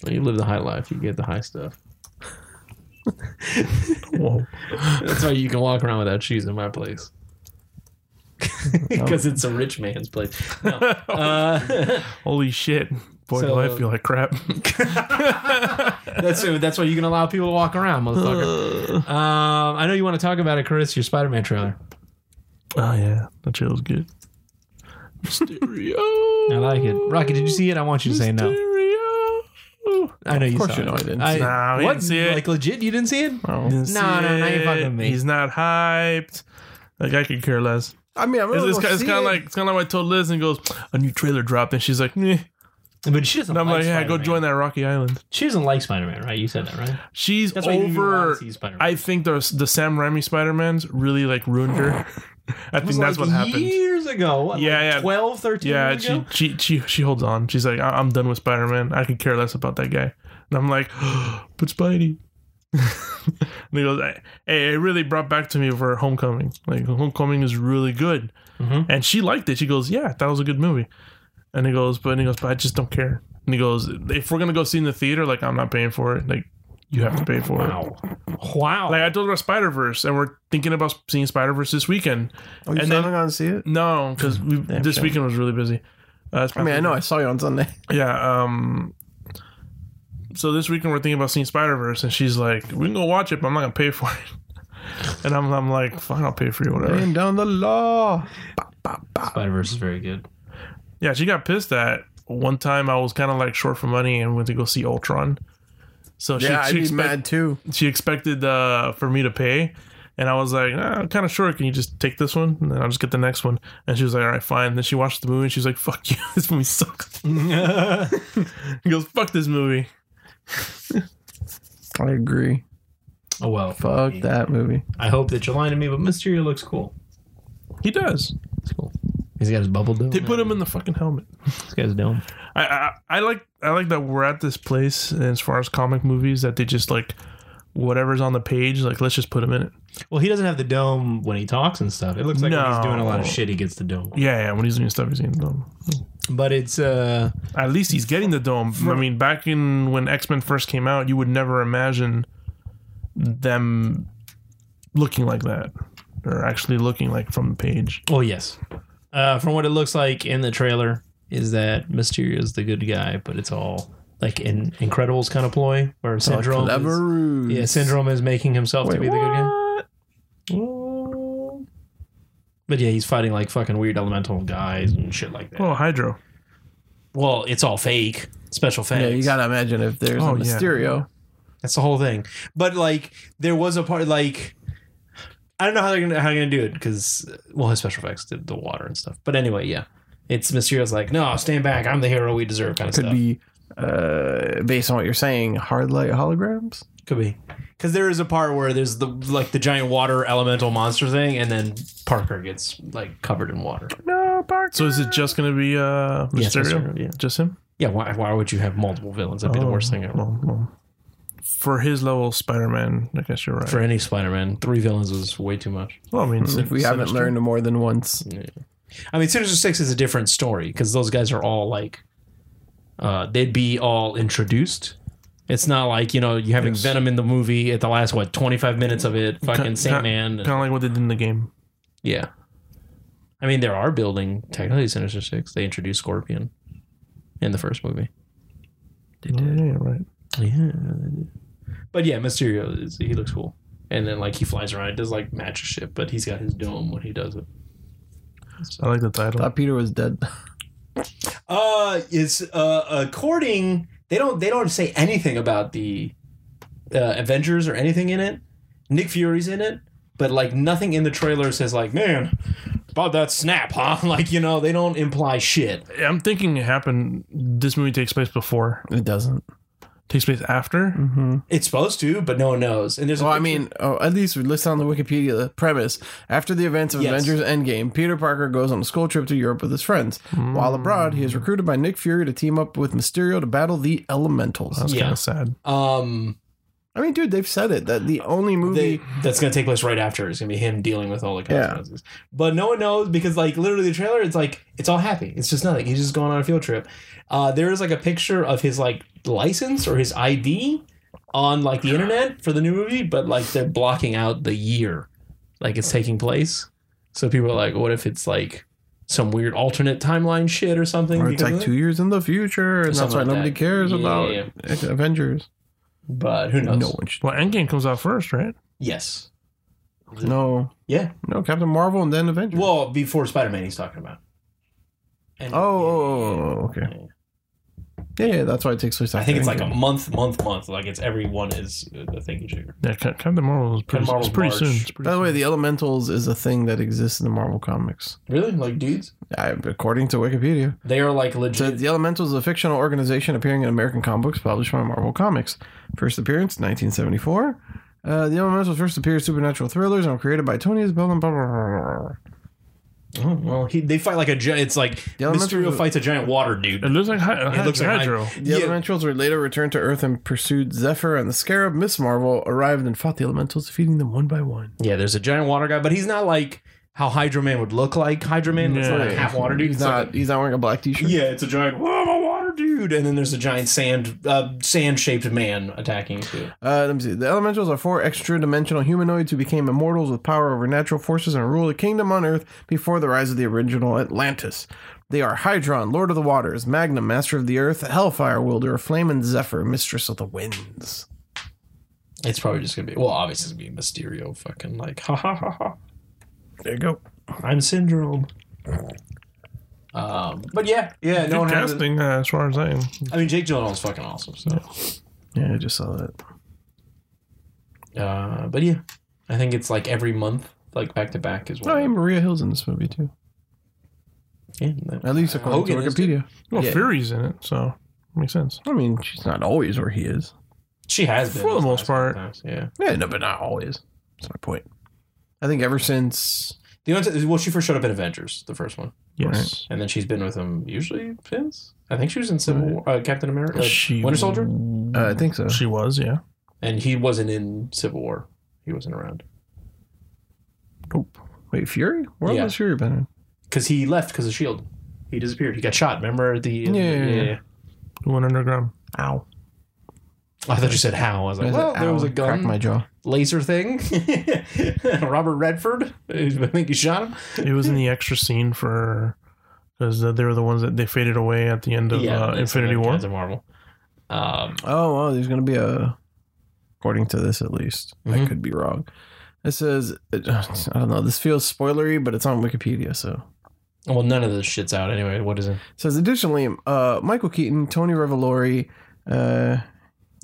D: Well, you live the high life. You get the high stuff.
C: Whoa.
D: That's why you can walk around without shoes in my place. Because it's a rich man's place. No. Uh,
C: Holy shit. Boy,
D: So-
C: do I feel like crap.
D: that's that's why you can allow people to walk around, motherfucker.
C: oh,
D: Um, I know you want to talk about it, Chris. Your Spider-Man trailer.
C: Oh, yeah. That shit was good.
D: I
C: Mysterio.
D: like it. Rocky, did you see it? I want you to say no.
C: Mysterio.
D: I know you
A: course
D: saw
A: you
D: it.
A: know I didn't see it.
C: Nah, we
D: what?
C: didn't see it.
D: Like legit, you didn't see it?
A: Oh.
C: See
D: No, no, now you're fucking
C: it.
D: with me.
C: He's not hyped. Like I could care less.
A: I mean, I'm
C: It's,
A: really
C: it's, it's kind of like it's kind of like I told Liz and goes a new trailer dropped and she's like, "Meh."
D: But she doesn't.
C: and I'm
D: like,
C: like, yeah, go
D: Spider-Man.
C: join that Rocky Island.
D: She doesn't like Spider-Man, right? You said that, right?
C: She's
D: That's why you
C: over.
D: want to see Spider-Man.
C: I think the the Sam Raimi Spider Man's really like ruined her. I
D: It
C: think
D: was
C: that's
D: like
C: what happened.
D: Years ago. What,
C: Yeah,
D: like
C: yeah.
D: 12, 13
C: Yeah,
D: years
C: she,
D: ago.
C: she she she holds on. She's like, I- I'm done with Spider Man. I could care less about that guy. And I'm like, but Spidey. and he goes, "I- hey, it really brought back to me for Homecoming. Like Homecoming is really good,
D: Mhm.
C: and she liked it. She goes, yeah, that was a good movie. And he goes, but and he goes, but I just don't care. And he goes, if we're gonna go see in the theater, like I'm not paying for it. Like you have to pay for it.
D: Wow. Wow.
C: Like I told her about Spider Verse, and we're thinking about seeing Spider Verse this weekend.
A: Oh, you
C: and
A: still
C: then-
A: haven't gone to see it?
C: No, because
D: Hmm.
C: this
A: shame.
C: weekend was really busy. Uh,
A: I mean, I know I saw you on Sunday.
C: yeah. Um. So this weekend we're thinking about seeing Spider Verse, and she's like, "We can go watch it, but I'm not gonna pay for it." And I'm, I'm like, "Fine, I'll pay for you, whatever."
A: Laying down the law.
D: Spider-Verse is very good.
C: Yeah, she got pissed at one time. I was kind of like short for money and went to go see Ultron. So she,
A: Yeah, I'd
C: she,
A: be
C: expect-
A: mad too.
C: she expected uh, for me to pay, and I was like, nah, "I'm kind of short. Can you just take this one, and then I'll just get the next one?" And she was like, "All right, fine." then she watched the movie, and she was like, "Fuck you, this movie sucks."
D: Oh,
C: He goes, "Fuck this movie."
A: I agree.
D: oh, well.
A: Fuck that movie.
D: I hope that you're lying to me, but Mysterio looks cool.
C: He does.
D: It's cool. He's got his bubble dome.
C: They put him in the fucking helmet.
D: He's got his dome.
C: I, I I like I like that we're at this place as far as comic movies that they just like whatever's on the page like let's just put him in it.
D: Well, he doesn't have the dome when he talks and stuff. It looks like when he's
C: No.
D: doing a lot of shit, he gets the dome.
C: Yeah, yeah. When he's doing stuff, he's getting the dome.
D: But it's uh,
C: At least he's getting the dome. I mean, back in when X Men first came out, you would never imagine them looking like that or actually looking like from the page.
D: oh yes, uh, from what it looks like in the trailer is that Mysterio's the good guy, but it's all like an Incredibles kind of ploy where Syndrome.
A: Clever
D: Is,
A: ruse.
D: yeah, Syndrome is making himself to
A: Wait,
D: be the good guy. But yeah, he's fighting like fucking weird elemental guys and shit like that.
C: Oh, Hydro.
D: Well, it's all fake, special effects.
A: Yeah, you gotta imagine if there's
C: Oh,
A: a
C: yeah.
A: Mysterio.
D: That's the whole thing. But like, there was a part like I don't know how they're gonna how they're gonna do it because well, his special effects did the water and stuff. But anyway, yeah, it's Mysterio's like, no, stand back. I'm the hero we deserve. Kind of
A: Could
D: stuff.
A: be, uh, based on what you're saying, hard light holograms.
D: Could be. Because there is a part where there's the like the giant water elemental monster thing, and then Parker gets like covered in water.
C: No, Parker. So is it just gonna be uh Mysterio?
D: Yes, Mysterio, yeah.
C: Just him?
D: Yeah, why, why would you have multiple villains? That'd be the worst thing ever.
C: Oh, Well, well, for his level, Spider Man. I guess you're right.
D: For any Spider-Man, three villains is way too much.
C: well, I mean,
A: If we haven't learned more than once,
D: I mean, Sinister Six is a different story because those guys are all like, uh, they'd be all introduced. It's not like you know you having Venom in the movie at the last what twenty five minutes of it, fucking Sandman.
C: kind of like what they did in the game.
D: yeah, I mean there are building technically Sinister Six. They introduced Scorpion in the first movie.
C: Oh, Yeah, yeah, right.
D: Yeah, but yeah, Mysterio is, he looks cool, and then like he flies around, does like magic shit, but he's got his dome when he does it.
C: I like the title.
A: thought Peter was dead.
D: Uh, it's uh, according they don't they don't say anything about the uh, Avengers or anything in it. Nick Fury's in it, but like nothing in the trailer says like, man, about that snap, huh? Like you know they don't imply shit.
C: I'm thinking it happened. This movie takes place before,
A: It doesn't.
C: takes place after.
A: Mm-hmm.
D: It's supposed to, but no one knows. And there's a
A: Well, I
D: picture-
A: mean, oh, at least we list on the Wikipedia the premise. After the events of
D: Yes.
A: Avengers Endgame, Peter Parker goes on a school trip to Europe with his friends. Mm-hmm. While abroad,
C: Mm,
A: he is recruited by Nick Fury to team up with Mysterio to battle the Elementals.
C: That's
D: Yeah.
C: kind of sad.
D: um,
A: I mean, dude, they've said it that the only movie.
D: They, that's going to take place right after. It's going to be him dealing with all the
A: Yeah.
D: consequences. But no one knows because, like, literally the trailer, it's like, it's all happy. It's just nothing. He's just going on a field trip. Uh, there is, like, a picture of his, like, license or his ID on, like, the internet for the new movie, but, like, they're blocking out the year, like, it's taking place. So people are like, what if it's, like, some weird alternate timeline shit or something?
A: or it's
D: because
A: like
D: of it?
A: two years in the future, and that's
D: Something
A: why
D: like
A: nobody
D: that.
A: cares
D: Yeah,
A: about
D: yeah,
A: Avengers.
D: But who knows?
A: No one should.
C: Well, Endgame comes out first, right?
D: Yes.
A: No,
D: Yeah.
A: no, Captain Marvel and then Avengers.
D: Well, before Spider Man, he's talking about. And-
A: oh, oh, oh, oh, okay. Yeah, yeah, that's why it takes place.
D: I think
A: after
D: it's like a
A: Endgame.
D: month, month, month. Like it's every one is the thinking trigger.
C: Yeah, Cap- Captain Marvel is pretty,
D: Captain Marvel's
C: it's pretty soon.
D: March.
C: It's pretty
A: By the way,
C: soon.
A: the Elementals is a thing that exists in the Marvel comics,
D: Really? Like dudes?
A: I, according to Wikipedia.
D: They are like
A: So
D: legit.
A: the Elementals is a fictional organization appearing in American comic books published by Marvel Comics. First appearance, 1974. Uh, the Elementals first appear in supernatural thrillers and were created by Tony Isabel and blah, blah, blah, blah, blah.
D: Oh, well, he, they fight like a giant. It's like
A: Yeah, I remember
D: Mysterio
A: the-
D: fights a giant water dude.
C: it looks like Hy-
D: It looks like
C: Hydro.
D: Hy-
A: The
D: Yeah.
A: Elementals were later returned to Earth and pursued Zephyr and the Scarab. Miss Marvel arrived and fought the Elementals, defeating them one by one.
D: Yeah, there's a giant water guy, but he's not like how Hydro Man would look like. Hydro Man that's
C: Yeah.
D: like half water dude.
A: He's
D: It's like
A: not. He's not wearing a black T-shirt.
D: Yeah, it's a giant. Whoa, I'm a water dude, and then there's a giant sand, uh, sand-shaped man attacking too.
A: Uh, let me see. The Elementals are four extra-dimensional humanoids who became immortals with power over natural forces and ruled a kingdom on Earth before the rise of the original Atlantis. They are Hydron, Lord of the Waters, Magnum, Master of the Earth, Hellfire Wielder, Flame and Zephyr, Mistress of the Winds.
D: It's probably just gonna be well, obviously it's gonna be Mysterio, fucking like ha ha ha ha.
A: There you go.
D: I'm Syndrome. Um, but yeah, yeah, no
C: Good
D: one has.
C: casting, uh, as far as I am.
D: I mean, Jake Gyllenhaal's fucking awesome. So,
A: Yeah, I just saw that.
D: uh, but yeah, I think it's like every month, like back to back as
A: Oh,
D: well.
A: yeah, Maria Hill's in this movie too.
D: yeah,
A: At least according
D: Hogan
A: to
D: is, too.
A: Wikipedia.
C: Well,
A: Yeah.
C: Fury's in it, so makes sense.
A: I mean, she's not always where he is.
D: she has been
C: For the
D: these
C: most
D: last couple
C: part.
D: times, Yeah,
A: Yeah, no, but not always. That's my point. I think ever since
D: the only t- well, she first showed up in Avengers, the first one,
C: Yes.
D: and then she's been with him usually since. I think she was in Civil War, uh, Captain America, uh,
C: She-
D: Winter Soldier,
A: uh, I think so.
C: She was, yeah.
D: and he wasn't in Civil War. He wasn't around
A: Nope. Wait, Fury? Where
D: Yeah.
A: was Fury been? in?
D: because he left because of Shield. E He disappeared. He got shot. Remember the
A: Yeah, yeah, yeah.
C: Who went underground?
A: Ow.
D: Oh, I thought you said how. I was like,
A: I said,
D: well, there
A: "Ow,"
D: was a
A: Cracked
D: gun.
A: my jaw.
D: laser thing. Robert Redford, I think you shot him.
C: It was in the extra scene for because they were the ones that they faded away at the end of uh,
D: that's
C: Infinity War.
D: Captain Marvel. Um,
A: Oh, well, there's going to be a. According to this, at least. I
D: Mhm.
A: could be wrong. It says, I don't know, this feels spoilery, but it's on Wikipedia, so.
D: well, none of this shit's out anyway. What is it?
A: It says, additionally, uh, Michael Keaton, Tony Revolori, uh,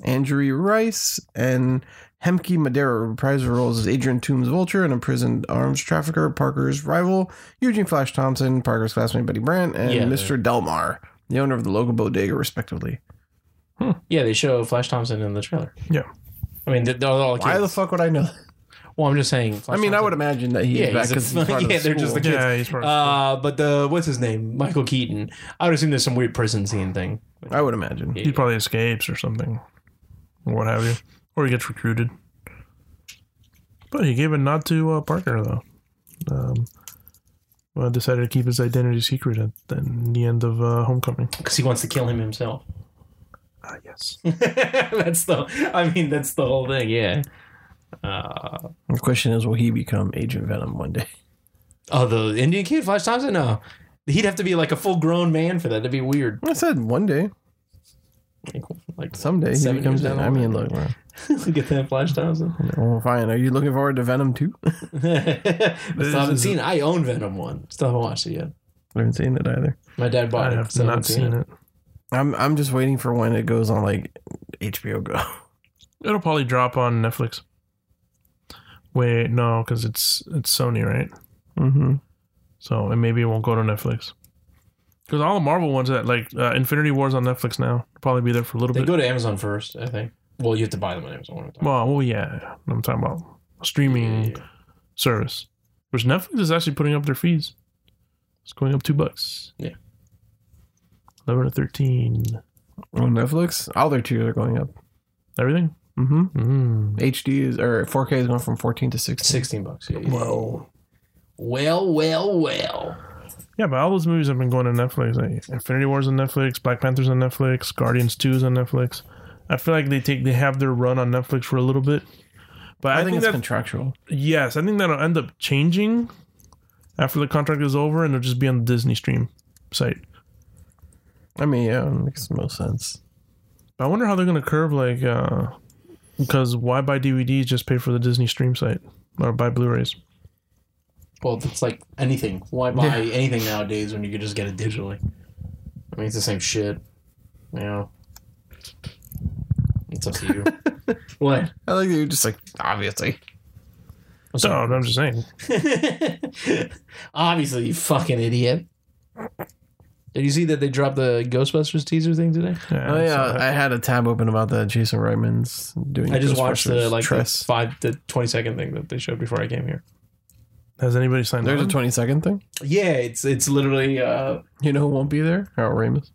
A: Andrew Rice, and Hemke Madera reprise their roles as Adrian Toombs Vulture, an imprisoned arms trafficker, Parker's rival, Eugene Flash Thompson, Parker's classmate Buddy Brandt, and
D: Yeah,
A: Mr. Delmar, the owner of the local bodega, respectively.
D: Yeah, they show Flash Thompson in the trailer.
C: Yeah.
D: I mean, they're, they're all kids.
A: Why the fuck would I know?
D: well, I'm just saying.
A: I
D: Flash
A: mean, I would
D: Thompson-
A: imagine that he's
D: Yeah,
A: back
D: he's a-
A: because he's part of the
D: yeah, they're just
A: school.
D: the-
C: Yeah, he's part of
D: Uh, but the what's his name? Michael Keaton. I would assume there's some weird prison scene thing.
A: I would imagine.
C: he probably escapes or something, or what have you, or he gets recruited. But he gave a nod to uh, Parker though. Um, well, decided to keep his identity secret at the, in the end of uh, Homecoming.
D: Because he wants to kill him himself.
C: Ah, yes.
D: that's the. I mean, that's the whole thing. Yeah. Uh,
A: The question is, will he become Agent Venom one day?
D: Oh, the Indian kid, Flash Thompson? No. He'd have to be like a full grown man for that. That'd be weird.
A: I said one day,
D: Like, like
A: someday he
D: seven
A: becomes.
D: years down
A: I
D: the
A: mean,
D: line.
A: look, man.
D: look at that Flash Thompson.
A: Well, fine. Are you looking forward to Venom too? I
D: I
C: This
D: still haven't
C: is-
D: seen it. I own Venom 1. Still haven't watched it yet.
A: haven't seen it either.
D: My dad
C: I
D: bought it.
C: have
D: still
C: not
D: haven't
C: seen it.
A: I'm I'm just waiting for when it goes on like HBO Go.
C: It'll probably drop on Netflix. Wait, no, because it's it's Sony, right?
A: Mm-hmm.
C: So and maybe it won't go to Netflix. Because all the Marvel ones that like uh, Infinity War's on Netflix now. Probably be there for a little
D: They
C: bit.
D: go to Amazon first, I think. Well, you have to buy them on Amazon. What am I talking
C: well, well, yeah. I'm talking about a streaming
D: about? Yeah,
C: service, which Netflix is actually putting up their fees. It's going up two bucks.
D: Yeah.
C: Eleven to thirteen.
A: On Netflix, all their tiers are going up.
C: Everything.
A: Mm-hmm.
D: Mm.
A: HD is or 4K is going from 14 to 16.
D: 16 bucks. Yeah, yeah. Well, well, well.
C: Yeah, but all those movies have been going to Netflix. Like Infinity War's on Netflix, Black Panther's on Netflix, Guardians 2's on Netflix. I feel like they take they have their run on Netflix for a little bit. But I,
A: I, think,
C: think,
A: it's
C: that
A: contractual.
C: yes, I think that'll end up changing after the contract is over and it'll just be on the Disney stream site.
A: I mean, yeah, it makes the most sense.
C: But I wonder how they're gonna curve like uh because why buy DVDs just pay for the Disney stream site or buy Blu-rays?
D: Well, it's like anything. Why buy anything nowadays when you could just get it digitally? I mean, it's the same shit. You know, it's up to you. what?
A: I like that you're just like obviously.
D: What's
C: No,
D: up?
C: I'm just saying.
D: Obviously, you fucking idiot. Did you see that they dropped the Ghostbusters teaser thing today?
C: Yeah,
A: Oh
C: so uh,
A: yeah,
C: that-
A: I had a tab open about that. Jason Reitman's doing.
D: I just watched the
A: Ghostbusters
D: like the
A: Tress.
D: five to twenty second thing that they showed before I came here.
C: has anybody signed
A: There's a
C: up?
A: 20 second thing.
D: Yeah, it's it's literally uh
A: You know who won't be there? Harold Ramis.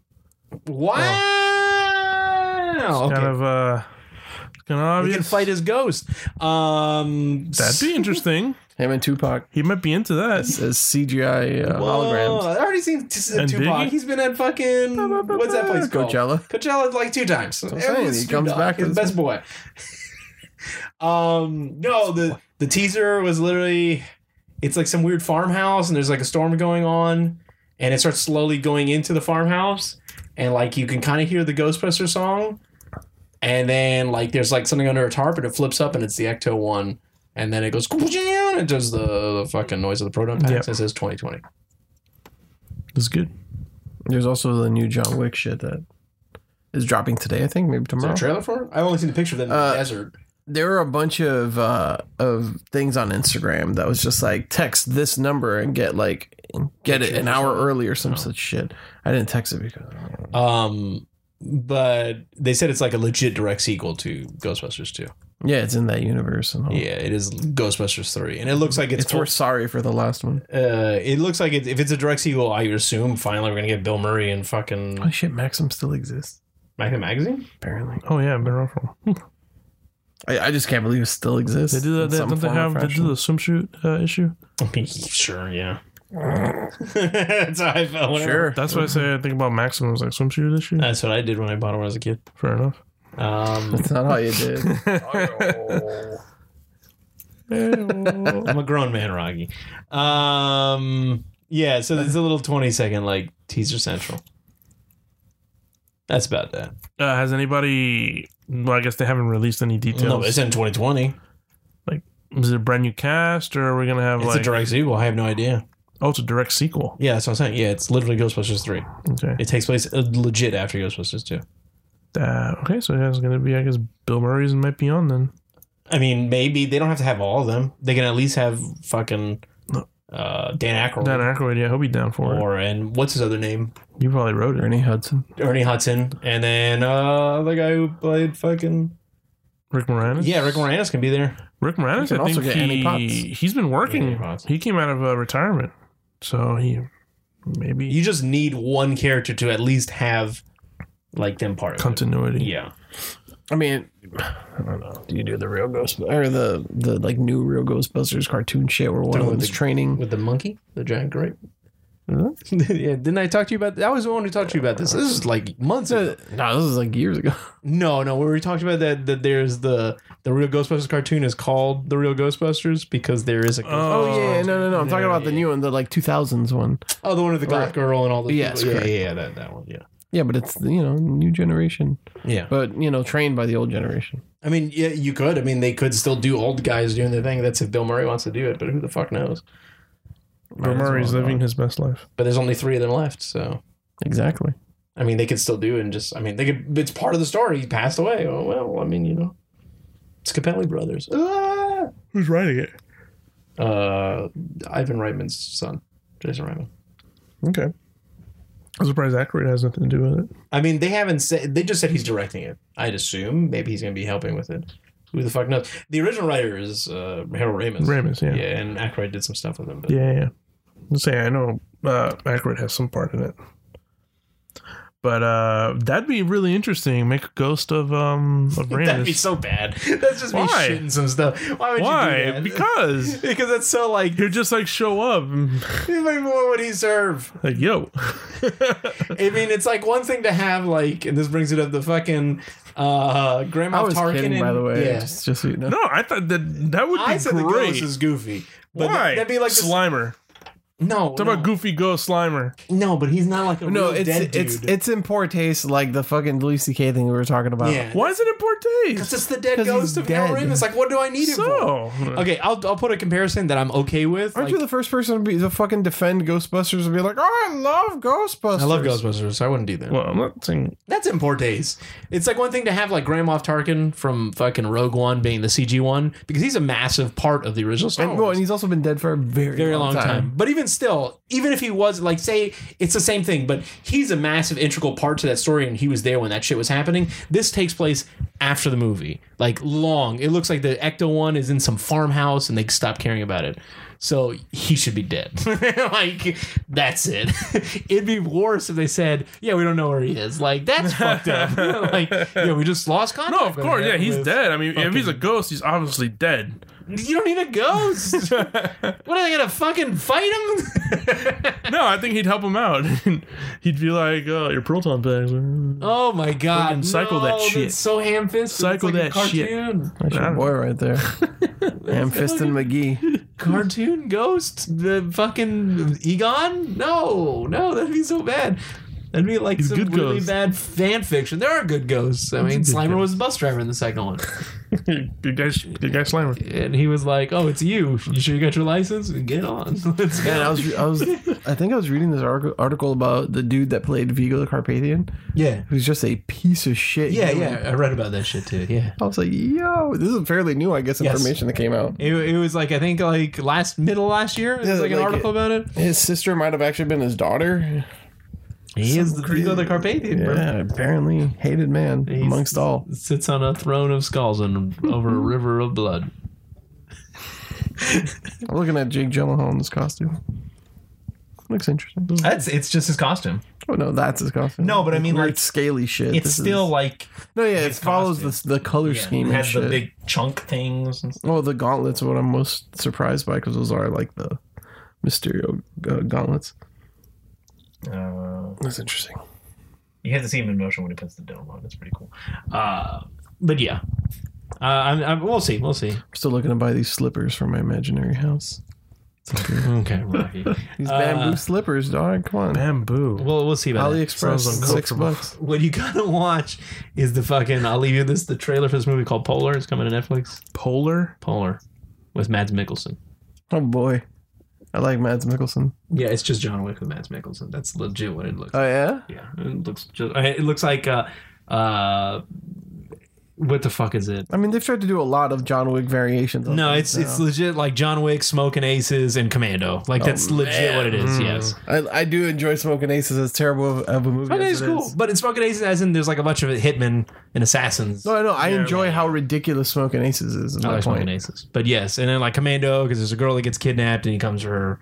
A: Oh,
D: wow.
C: Kind of uh kind of
D: He
C: obvious.
D: can fight his ghost. Um,
C: That'd be interesting.
A: Him and Tupac
C: He might be into that.
A: as, as CGI uh,
D: Whoa,
A: holograms.
D: I already seen t-
C: And
D: Tupac.
C: Biggie?
D: He's been at fucking what's that place called?
A: Coachella.
D: Coachella like two times.
A: what I'm saying. He
D: Snoop
A: comes
D: Dogg,
A: back to
D: his
A: this
D: best boy. um, no, the the teaser was literally it's like some weird farmhouse and there's like a storm going on and it starts slowly going into the farmhouse and like you can kind of hear the Ghostbuster song and then like there's like something under a tarp and it flips up and it's the Ecto one and then it goes and it does the, the fucking noise of the proton packs
C: Yep.
D: and it says 2020.
C: That's good.
A: There's also the new John Wick shit that is dropping today. I think maybe
D: Is there
A: tomorrow.
D: a trailer for it? I only seen the picture of them in
A: Uh,
D: the desert.
A: there were a bunch of uh of things on Instagram that was just like text this number and get like get it an hour early or some
D: Oh.
A: such shit. I didn't text it because
D: Um, but they said it's like a legit direct sequel to Ghostbusters 2.
A: yeah, it's in that universe and all.
D: Yeah, it is Ghostbusters 3. And it looks like Oh. it's,
A: It's we're sorry for the last one.
D: Uh, it looks like it, if it's a direct sequel, I would assume finally we're going to get Bill Murray and
A: Oh
D: fucking
A: shit, Maxim still exists
D: Magnum Magazine?
A: apparently.
C: Oh yeah, been around for. a while.
A: I, I just can't believe it still exists.
C: They do that.
A: in
C: They,
A: some
C: don't they
A: form or
C: have? They do
A: fashion.
C: the swimsuit uh, issue.
D: sure, yeah. That's how I felt. when I-
A: sure.
C: That's what I say. I think about Maxim was like swimsuit issue.
A: Uh,
D: That's what I did when I bought it when I was a kid.
C: Fair enough.
D: Um,
A: That's not how you did.
D: I'm a grown man, Rocky. Um, yeah, so there's a little 20 second like teaser central. That's about that.
C: Uh, has anybody? Well, I guess they haven't released any details.
D: No, but it's in 2020.
C: Is it a brand new cast, or are we gonna have
D: It's
C: like?
D: a direct sequel. I have no idea.
C: oh, it's a direct sequel.
D: Yeah, that's what I'm saying. Yeah, it's literally Ghostbusters 3.
C: Okay.
D: It takes place uh, legit after Ghostbusters 2.
C: Uh, okay, so yeah, it's gonna be. I guess Bill Murray's might be on then.
D: I mean, maybe they don't have to have all of them. They can at least have fucking uh, Dan Aykroyd.
C: Dan Aykroyd. Yeah, he'll be down for
D: or and what's his other name?
C: it. You probably wrote it.
A: Ernie Hudson.
D: Ernie Hudson, and then uh, the guy who played fucking
C: Rick Moranis.
D: yeah, Rick Moranis can be there.
C: Rick Moranis.
A: can
C: I
A: also
C: think
A: get Annie Potts.
C: he he's been
D: Annie
C: working.
D: Potts.
C: He came out of uh, retirement, so he maybe
D: You just need one character to at least have like them part of it.
C: continuity.
D: Yeah,
A: I mean, I don't know. Do you do the real Ghost or the the like new real Ghostbusters cartoon shit where one of
D: Doing
A: them's
D: the-
A: training?
D: with the monkey, the giant grape. yeah, didn't I talk to you about? I was the one who talked to you about this. This is like months. ago.
A: No, this is like years ago.
D: No, no, we were talking about that. That there's the the real Ghostbusters cartoon is called the real Ghostbusters because there is a
C: Oh.
A: Oh, yeah, no, no, no. I'm talking about the new one, the like 2000s one.
D: oh the one with the goth
A: Right.
D: girl and all the
A: Yes,
D: people. yeah,
A: correct.
D: yeah, yeah, that that one, yeah,
A: Yeah, but it's you know new generation,
D: yeah.
A: but you know trained by the old generation.
D: I mean, yeah, you could. I mean, they could still do old guys doing their thing. That's if Bill Murray wants to do it, but who the fuck knows?
C: Bill
A: Might as
C: Murray's
A: well,
C: living
A: dog.
C: his best life.
D: But there's only three of them left, so
A: exactly.
D: I mean, they could still do it and just. I mean, they could. It's part of the story. He passed away. Oh well. I mean, you know, it's Capelli brothers. Ah!
C: Who's writing it?
D: Uh, Ivan Reitman's son, Jason Reitman.
C: Okay. I'm surprised Aykroyd has nothing to do with it.
D: I mean, they haven't said. They just said he's directing it. I'd assume maybe he's going to be helping with it. Who the fuck knows? The original writer is uh, Harold Ramis.
C: Ramis, yeah.
D: Yeah. and Aykroyd did some stuff with him. But
C: Yeah, yeah. Let's say I know uh, Aykroyd has some part in it. But uh, that'd be really interesting. Make a ghost of um of
D: That'd be
C: Randus.
D: so bad. That's just me
C: Why?
D: shitting some stuff. Why would you do
C: Why?
D: that?
C: Because
D: because that's so like.
C: he'd just like show up and
D: What would he serve?
C: like yo.
D: I mean, it's like one thing to have like, and this brings it up the fucking uh, Grand
A: I
D: Moff
A: was
D: Tarkin.
A: kidding, by
D: and-
A: the way.
D: yeah.
A: Just, just so you know.
C: no, I thought that that would
D: I
C: be
D: said the
C: great.
D: ghost is goofy. But
C: Why?
D: That'd be like this,
C: Slimer.
D: no,
C: Talk
D: no,
C: about Goofy Ghost Slimer.
D: no, but he's not like a
A: No,
D: real
A: it's
D: dead
A: it's
D: dude.
A: it's in poor taste, like the fucking Lucy K thing we were talking about.
D: yeah,
C: Why is it in poor
D: It's
C: taste?
D: just the dead
A: 'Cause he's
D: ghost of
A: dead. uh,
D: Harold Ramis. Like, what do I need it for?
C: So
D: Okay, I'll I'll put a comparison that I'm okay with.
A: Aren't
D: Like,
A: you the first person to be to fucking defend Ghostbusters and be like, "Oh, I love Ghostbusters."
D: I love Ghostbusters. So I wouldn't do that.
C: Well, I'm not saying
D: That's in poor taste. It's like one thing to have like Grand Moff Tarkin from fucking Rogue One being the CG one because he's a massive part of the original Star
A: And, well,
D: Wars.
A: and he's also been dead for a very,
D: very long time. But even still, even if he was like, say, it's the same thing, but he's a massive integral part to that story, and he was there when that shit was happening. This takes place after the movie, like long. It looks like the Ecto one is in some farmhouse, and they stop caring about it. So he should be dead. like that's it. It'd be worse if they said, "Yeah, we don't know where he is." Like that's fucked up. like yeah, we just lost contact.
C: no, of
D: with
C: course,
D: him
C: yeah, he's
D: with-
C: dead. I mean, if he's a ghost, he's obviously dead.
D: You don't need a ghost. what are they gonna fucking fight him?
C: No, I think he'd help him out. he'd be like, uh, "Your proton uh, packs." are-"
D: Oh my god!
C: Fucking cycle
D: no,
C: that
D: that's
C: shit.
D: so ham fisted.
C: Cycle
D: like
C: that
D: a
C: shit.
D: cartoon.
A: That's your boy right there. Ham Fistin McGee.
D: Cartoon ghost. The fucking Egon. No, no, that'd be so bad. That'd be like
C: He's
D: some
C: good
D: really
C: ghost.
D: bad fan fiction. There are good ghosts. I mean,
C: good
D: Slimer
C: ghost.
D: was the bus driver in the second one,
C: good guy, good guy, Slimer.
D: and he was like, "Oh, it's you. You sure you got your license? Get on. Let's
A: And I
D: go."
A: was, I was, I think I was reading this arg- article about the dude that played Vigo the Carpathian,
D: Yeah,
A: who's just a piece of shit.
D: yeah,
A: human.
D: yeah. I read about that shit too. Yeah.
A: I was like, yo, this is fairly new, I guess,
D: Yes.
A: information that came out.
D: It, it was like I think like last middle last year. There was
A: Yeah,
D: like an
A: like
D: article
A: it-
D: about it.
A: His sister might have actually been his daughter.
D: He is the Vigo the Carpathian. bro.
A: Yeah, apparently hated man
D: He's-
A: amongst all.
D: sits on a throne of skulls and over a river of blood.
A: I'm looking at Jake Gyllenhaal in this costume. Looks interesting.
D: That's it's just his costume.
A: Oh no, that's his costume.
D: No, but I mean,
A: Weird
D: like,
A: scaly shit.
D: It's
A: This is-
D: still like
A: no, yeah. It
D: his
A: follows
D: costume.
A: the the color
D: yeah,
A: scheme
D: it
A: and
D: has
A: shit.
D: the big chunk things. And stuff.
A: oh, the gauntlets are what I'm most surprised by because those are like the Mysterio uh, gauntlets.
D: Uh,
A: That's interesting.
D: you have to see him in motion when he puts the dome on. It's pretty cool. Uh, but yeah, uh, I'm, I'm, we'll see. We'll see.
A: I'm still looking to buy these slippers for my imaginary house.
D: Okay, Rocky.
A: These
D: Uh,
A: bamboo slippers, dog. Come on,
C: Bamboo.
D: we'll we'll see about that.
A: AliExpress,
C: Sounds
A: six
C: uncomfortable.
A: bucks.
D: What you gotta watch is the fucking. I'll leave you this. The trailer for this movie called Polar. It's coming to Netflix.
C: Polar.
D: Polar, with Mads Mikkelsen.
A: Oh boy, I like Mads Mikkelsen.
D: Yeah, it's just John Wick with Mads Mikkelsen. That's legit what it looks.
A: Oh yeah,
D: Yeah, it looks just. It looks like uh, uh, what the fuck is it?
A: I mean they've tried to do a lot of John Wick variations. on
D: No,
A: things
D: it's it's
A: now.
D: legit like John Wick, Smoking Aces, and Commando. Like that's
A: Oh,
D: legit what it is. Yes,
A: I, I do enjoy Smoking Aces. As terrible of, of a movie,
D: Smoking
A: as
D: Aces
A: it
D: is cool,
A: is.
D: but in Smoking Aces, as in there's like a bunch of hitmen and assassins.
A: No, no, I
C: Yeah,
A: enjoy how ridiculous Smoking Aces is. At
D: I
A: that
D: like Smoking
A: point,
D: Aces, but yes, and then like Commando because there's a girl that gets kidnapped and he comes for her,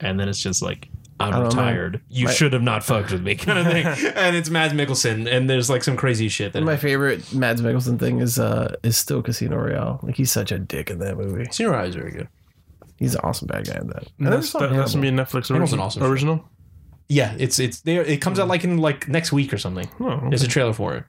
D: and then it's just like. I'm
A: don't know.
D: retired. You
A: My-
D: should have not fucked with me, kind of thing. and it's Mads Mikkelsen, and there's like some crazy shit. That
A: my favorite Mads Mikkelsen thing is uh is still Casino Royale. Like he's such a dick in that movie.
D: Senior Eye is very good.
A: He's an awesome bad guy in that. And
C: That's,
A: there's
C: that,
A: something
C: that's gonna be
A: else.
C: a Netflix
D: That was an
C: original.
D: awesome show.
C: original.
D: Yeah, it's it's there. It comes out like in like next week or something.
C: Oh,
D: There's
C: Hmm. okay.
D: a trailer for it.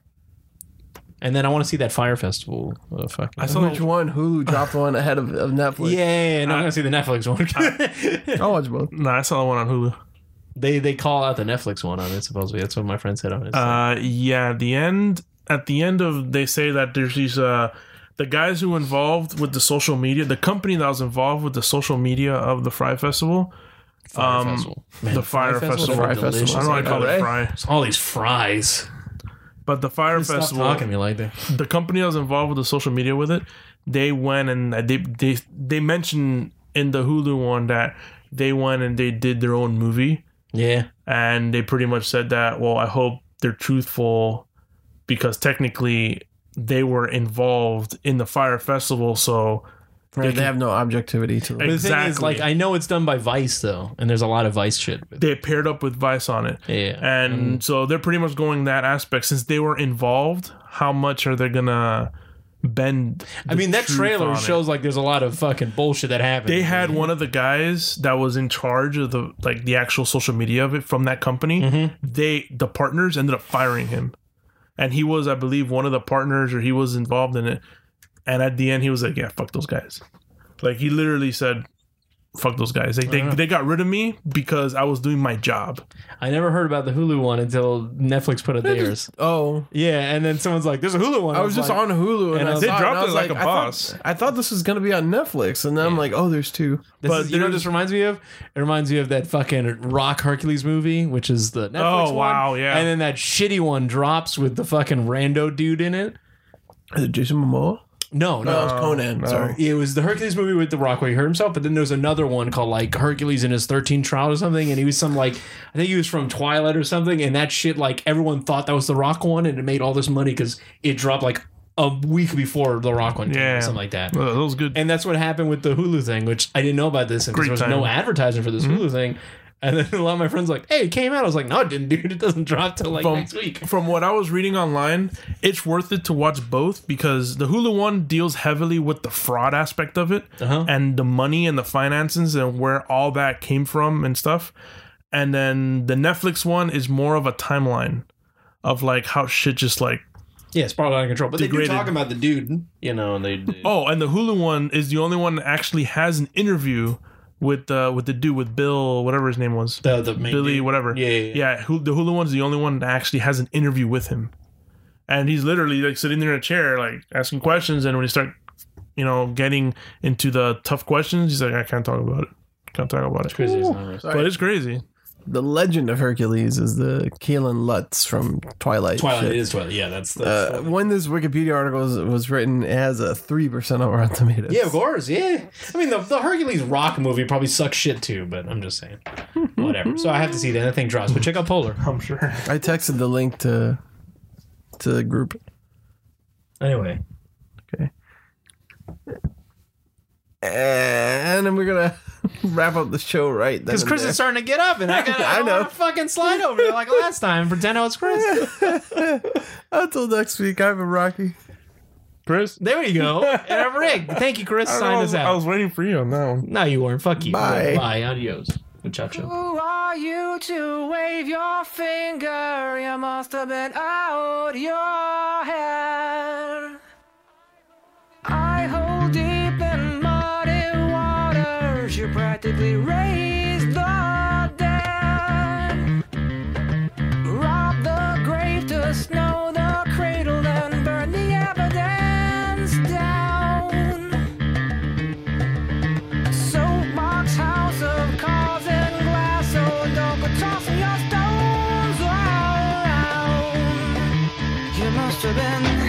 D: And then I want to see that Fire Festival. Uh, fuck.
C: I
D: Yeah,
C: saw Uh,
A: Which one? Hulu dropped one ahead of, of Netflix.
D: yeah, yeah, no, I'm gonna see the Netflix one.
A: I'll watch both.
C: No, I saw the one on Hulu.
D: they they call out the Netflix one on it. Supposedly, that's what my friend said on it.
C: Uh, yeah, at the end at the end of they say that there's these uh the guys who involved with the social media, the company that was involved with the social media of the Fry Festival,
D: Fire
C: um,
D: Festival. Man,
C: the Fire Festival,
A: Fry
D: would be
A: Festival.
D: delicious.
C: I don't know why I call
A: Alright.
C: it Fry,
D: all these fries.
C: but the Fire
D: Stop
C: Festival,
D: talking to me like that.
C: the company that was involved with the social media with it, they went and uh, they they they mentioned in the Hulu one that they went and they did their own movie.
D: Yeah,
C: and they pretty much said that well i hope they're truthful because technically they were involved in the fire festival so
A: Right, they have no objectivity to them.
C: Ex-
D: The thing is,
C: Exactly.
D: like, I know it's done by Vice though, and there's a lot of Vice shit. But
C: They paired up with Vice on it.
D: yeah, Hmm.
C: And so they're pretty much going that aspect since they were involved. How much are they gonna bend?
D: I mean,
C: the
D: that
C: truth
D: trailer
C: on it?
D: shows like there's a lot of fucking bullshit that happened.
C: They had one of the guys that was in charge of the like the actual social media of it from that company. They the partners ended up firing him, and he was, I believe, one of the partners or he was involved in it. And at the end, he was like, "Yeah, fuck those guys." Like he literally said, "Fuck those guys." Like, they
D: Yeah.
C: they got rid of me because I was doing my job.
D: I never heard about the Hulu one until Netflix put up theirs.
A: Oh,
D: Yeah, and then someone's like, "There's a Hulu one."
A: I was just
D: like,
A: on Hulu and,
D: and
A: I
D: I-
C: They
A: saw and
C: dropped
A: I
C: it
A: was
C: like a
A: I thought-
C: boss.
A: I thought this was gonna be on Netflix, and then I'm like, oh, there's two.
D: This
C: But
D: is- you know what this reminds me of? It reminds me of that fucking Rock Hercules movie, which is the Netflix
C: Oh,
D: one.
C: wow, yeah.
D: And then that shitty one drops with the fucking rando dude in it.
A: Is it Jason Momoa?
D: No,
A: No,
D: no.
A: it was Conan.
C: no.
A: Sorry.
D: it was the Hercules movie with The Rock where he hurt himself, but then there was another one called like Hercules and his 13 trial or something, and he was some like I think he was from Twilight or something, and that shit like everyone thought that was the Rock one, and it made all this money because it dropped like a week before the Rock one, came,
C: Yeah.
D: or something like that.
C: Uh, those good.
D: And that's what happened with the Hulu thing, which I didn't know about this because
C: Great Mm-hmm.
D: there was
C: timing.
D: no advertising for this Hulu thing. And then a lot of my friends were like, hey, it came out. I was like, no, it didn't, dude. It doesn't drop till like
C: Boom.
D: next week.
C: from what I was reading online, it's worth it to watch both because the Hulu one deals heavily with the fraud aspect of it
D: Uh-huh.
C: and the money and the finances and where all that came from and stuff. And then the Netflix one is more of a timeline of like how shit just like
D: Yeah, it's probably out of control. But
C: Degraded.
D: they do talk about the dude, you know, and they. they
C: oh, and the Hulu one is the only one that actually has an interview with uh with the dude with Bill whatever his name was
D: the, the main
C: Billy
D: dude.
C: whatever
D: Yeah, yeah, yeah.
C: Hul- the Hulu one's the only one that actually has an interview with him, and he's literally like sitting there in a chair, like asking questions. And when you start, you know, getting into the tough questions, he's like, "I can't talk about it. Can't talk about it."
D: Crazy as numbers.
C: But it's crazy.
A: The Legend of Hercules is the Kalen Lutz from Twilight.
D: Twilight
A: shit.
D: it is Twilight. Yeah, that's the.
A: Uh, when this Wikipedia article was, was written, it has a three percent on Rotten Tomatoes.
D: yeah, of course. Yeah. I mean, the, the Hercules Rock movie probably sucks shit too, but I'm just saying. Whatever. So I have to see that. That thing drops. But check out Polar.
C: I'm sure.
A: I texted the link to to the group.
D: Anyway.
A: And then we're gonna wrap up the show right then.
D: Because
A: and
D: Chris
A: there.
D: is starting to get up, and I, gotta, I,
A: I
D: don't
A: know.
D: wanna fucking slide over there like last time. Pretend I was Chris.
A: Until next week, I've been Rocky.
C: Chris,
D: There you go. And Rick, thank you, Chris. Sign
C: I
D: us
C: was,
D: out.
C: I was waiting for you on that one.
D: no, you weren't. Fuck you.
A: Bye.
D: Bye. Adios. Muchacho.
E: Who are you to wave your finger? You must have been out your head. I hold deep in muddy waters. You practically raised the dead. Rob the grave to snow the cradle and burn the evidence down. Soapbox house of cars and glass, so don't go tossing your stones around. You must have been